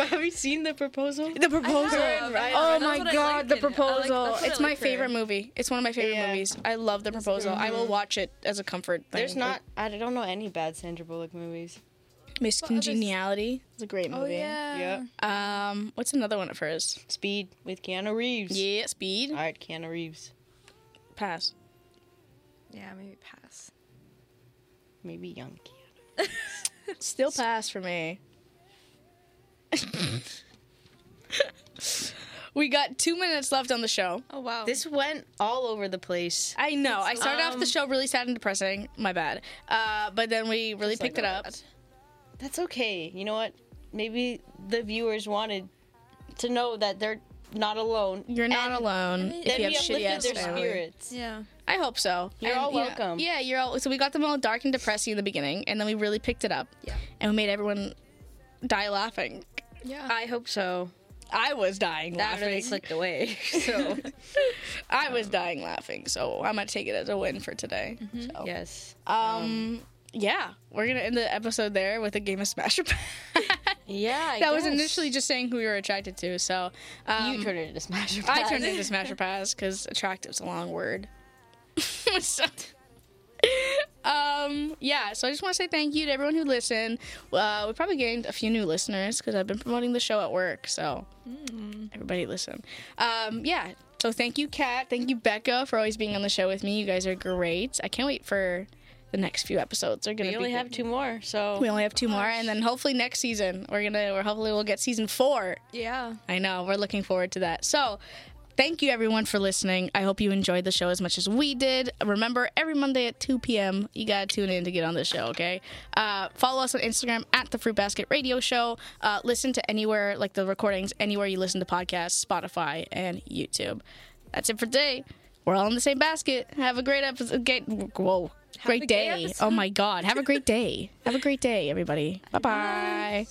D: have you seen the proposal?
B: The proposal.
C: have. I
B: Oh
C: have.
B: my
C: That's what
B: god, the
C: I liked in it. I liked-
B: proposal.
C: that's what I
B: it's my
C: liked her
B: favorite
C: in.
B: movie. It's one of my favorite
D: Yeah.
B: movies. I love the proposal. I will watch it as a comfort thing.
D: There's
B: Like,
D: not. I don't know any bad Sandra Bullock movies.
B: Miss
C: others?
B: Congeniality. It's a great
C: Oh
B: movie.
C: yeah.
B: Um, what's another one of hers?
D: Speed with Keanu Reeves.
B: Yeah, Speed.
D: All right, Keanu Reeves.
B: Pass.
C: Yeah, maybe pass.
D: Maybe young Keanu.
B: Still pass for me. we got two minutes left on the show.
C: Oh wow.
D: This went all over the place.
B: I know. I started off the
D: Um,
B: show really sad and depressing. My bad. Uh, but then we really
C: like
B: picked it
C: a
B: up.
C: lad.
D: That's okay. You know what? Maybe the viewers wanted to know that they're not alone.
B: You're not
D: And
B: alone
C: then
B: if
D: That
B: you
D: we
B: have shitty ass
D: uplifted their
B: family.
D: spirits.
C: Yeah.
B: I hope so.
D: You're all
B: yeah-
D: welcome.
B: Yeah, you're all. So we got them all dark and depressing in the beginning, and then we really picked it up.
C: Yeah.
B: And we made everyone die laughing.
C: Yeah.
D: I hope so.
B: I was dying
D: That really
B: laughing.
D: slipped away. So
B: I was dying laughing. So I'm gonna take it as a win for today.
D: Mm-hmm. Oh.
B: So,
D: yes.
B: Um. Yeah, we're gonna end the episode there with a game of Smash or Pass.
D: Yeah. I
B: that was
D: guess.
B: initially just saying who we were attracted to. So um,
D: you turned it into Smash. or
B: I turned
D: Pass.
B: it into Smash or Pass because attractive's a long word. so, Um, yeah, so I just want to say thank you to everyone who listened. Uh, we probably gained a few new listeners because I've been promoting the show at work, so
D: Mm.
B: everybody listen. Um, yeah, so thank you, Kat. Thank you, Becca, for always being on the show with me. You guys are great. I can't wait for the next few episodes. They're gonna
D: We
B: be
D: only
B: good.
D: have two more, so
B: We only have two more, and then hopefully next season we're gonna, or hopefully we'll get season four.
C: Yeah.
B: I know. We're looking forward to that. So, thank you everyone for listening. I hope you enjoyed the show as much as we did. Remember, every Monday at 2 p.m., you got to tune in to get on the show, okay? Uh, follow us on Instagram at the Fruit Basket Radio Show. Uh, listen to anywhere, like the recordings, anywhere you listen to podcasts, Spotify and YouTube. That's it for today. We're all in the same basket. Have a great episode. Great, whoa.
C: a
B: Great
C: gay
B: day.
C: episode.
B: Oh my God. Have a great day. Have a great day, everybody. Bye bye.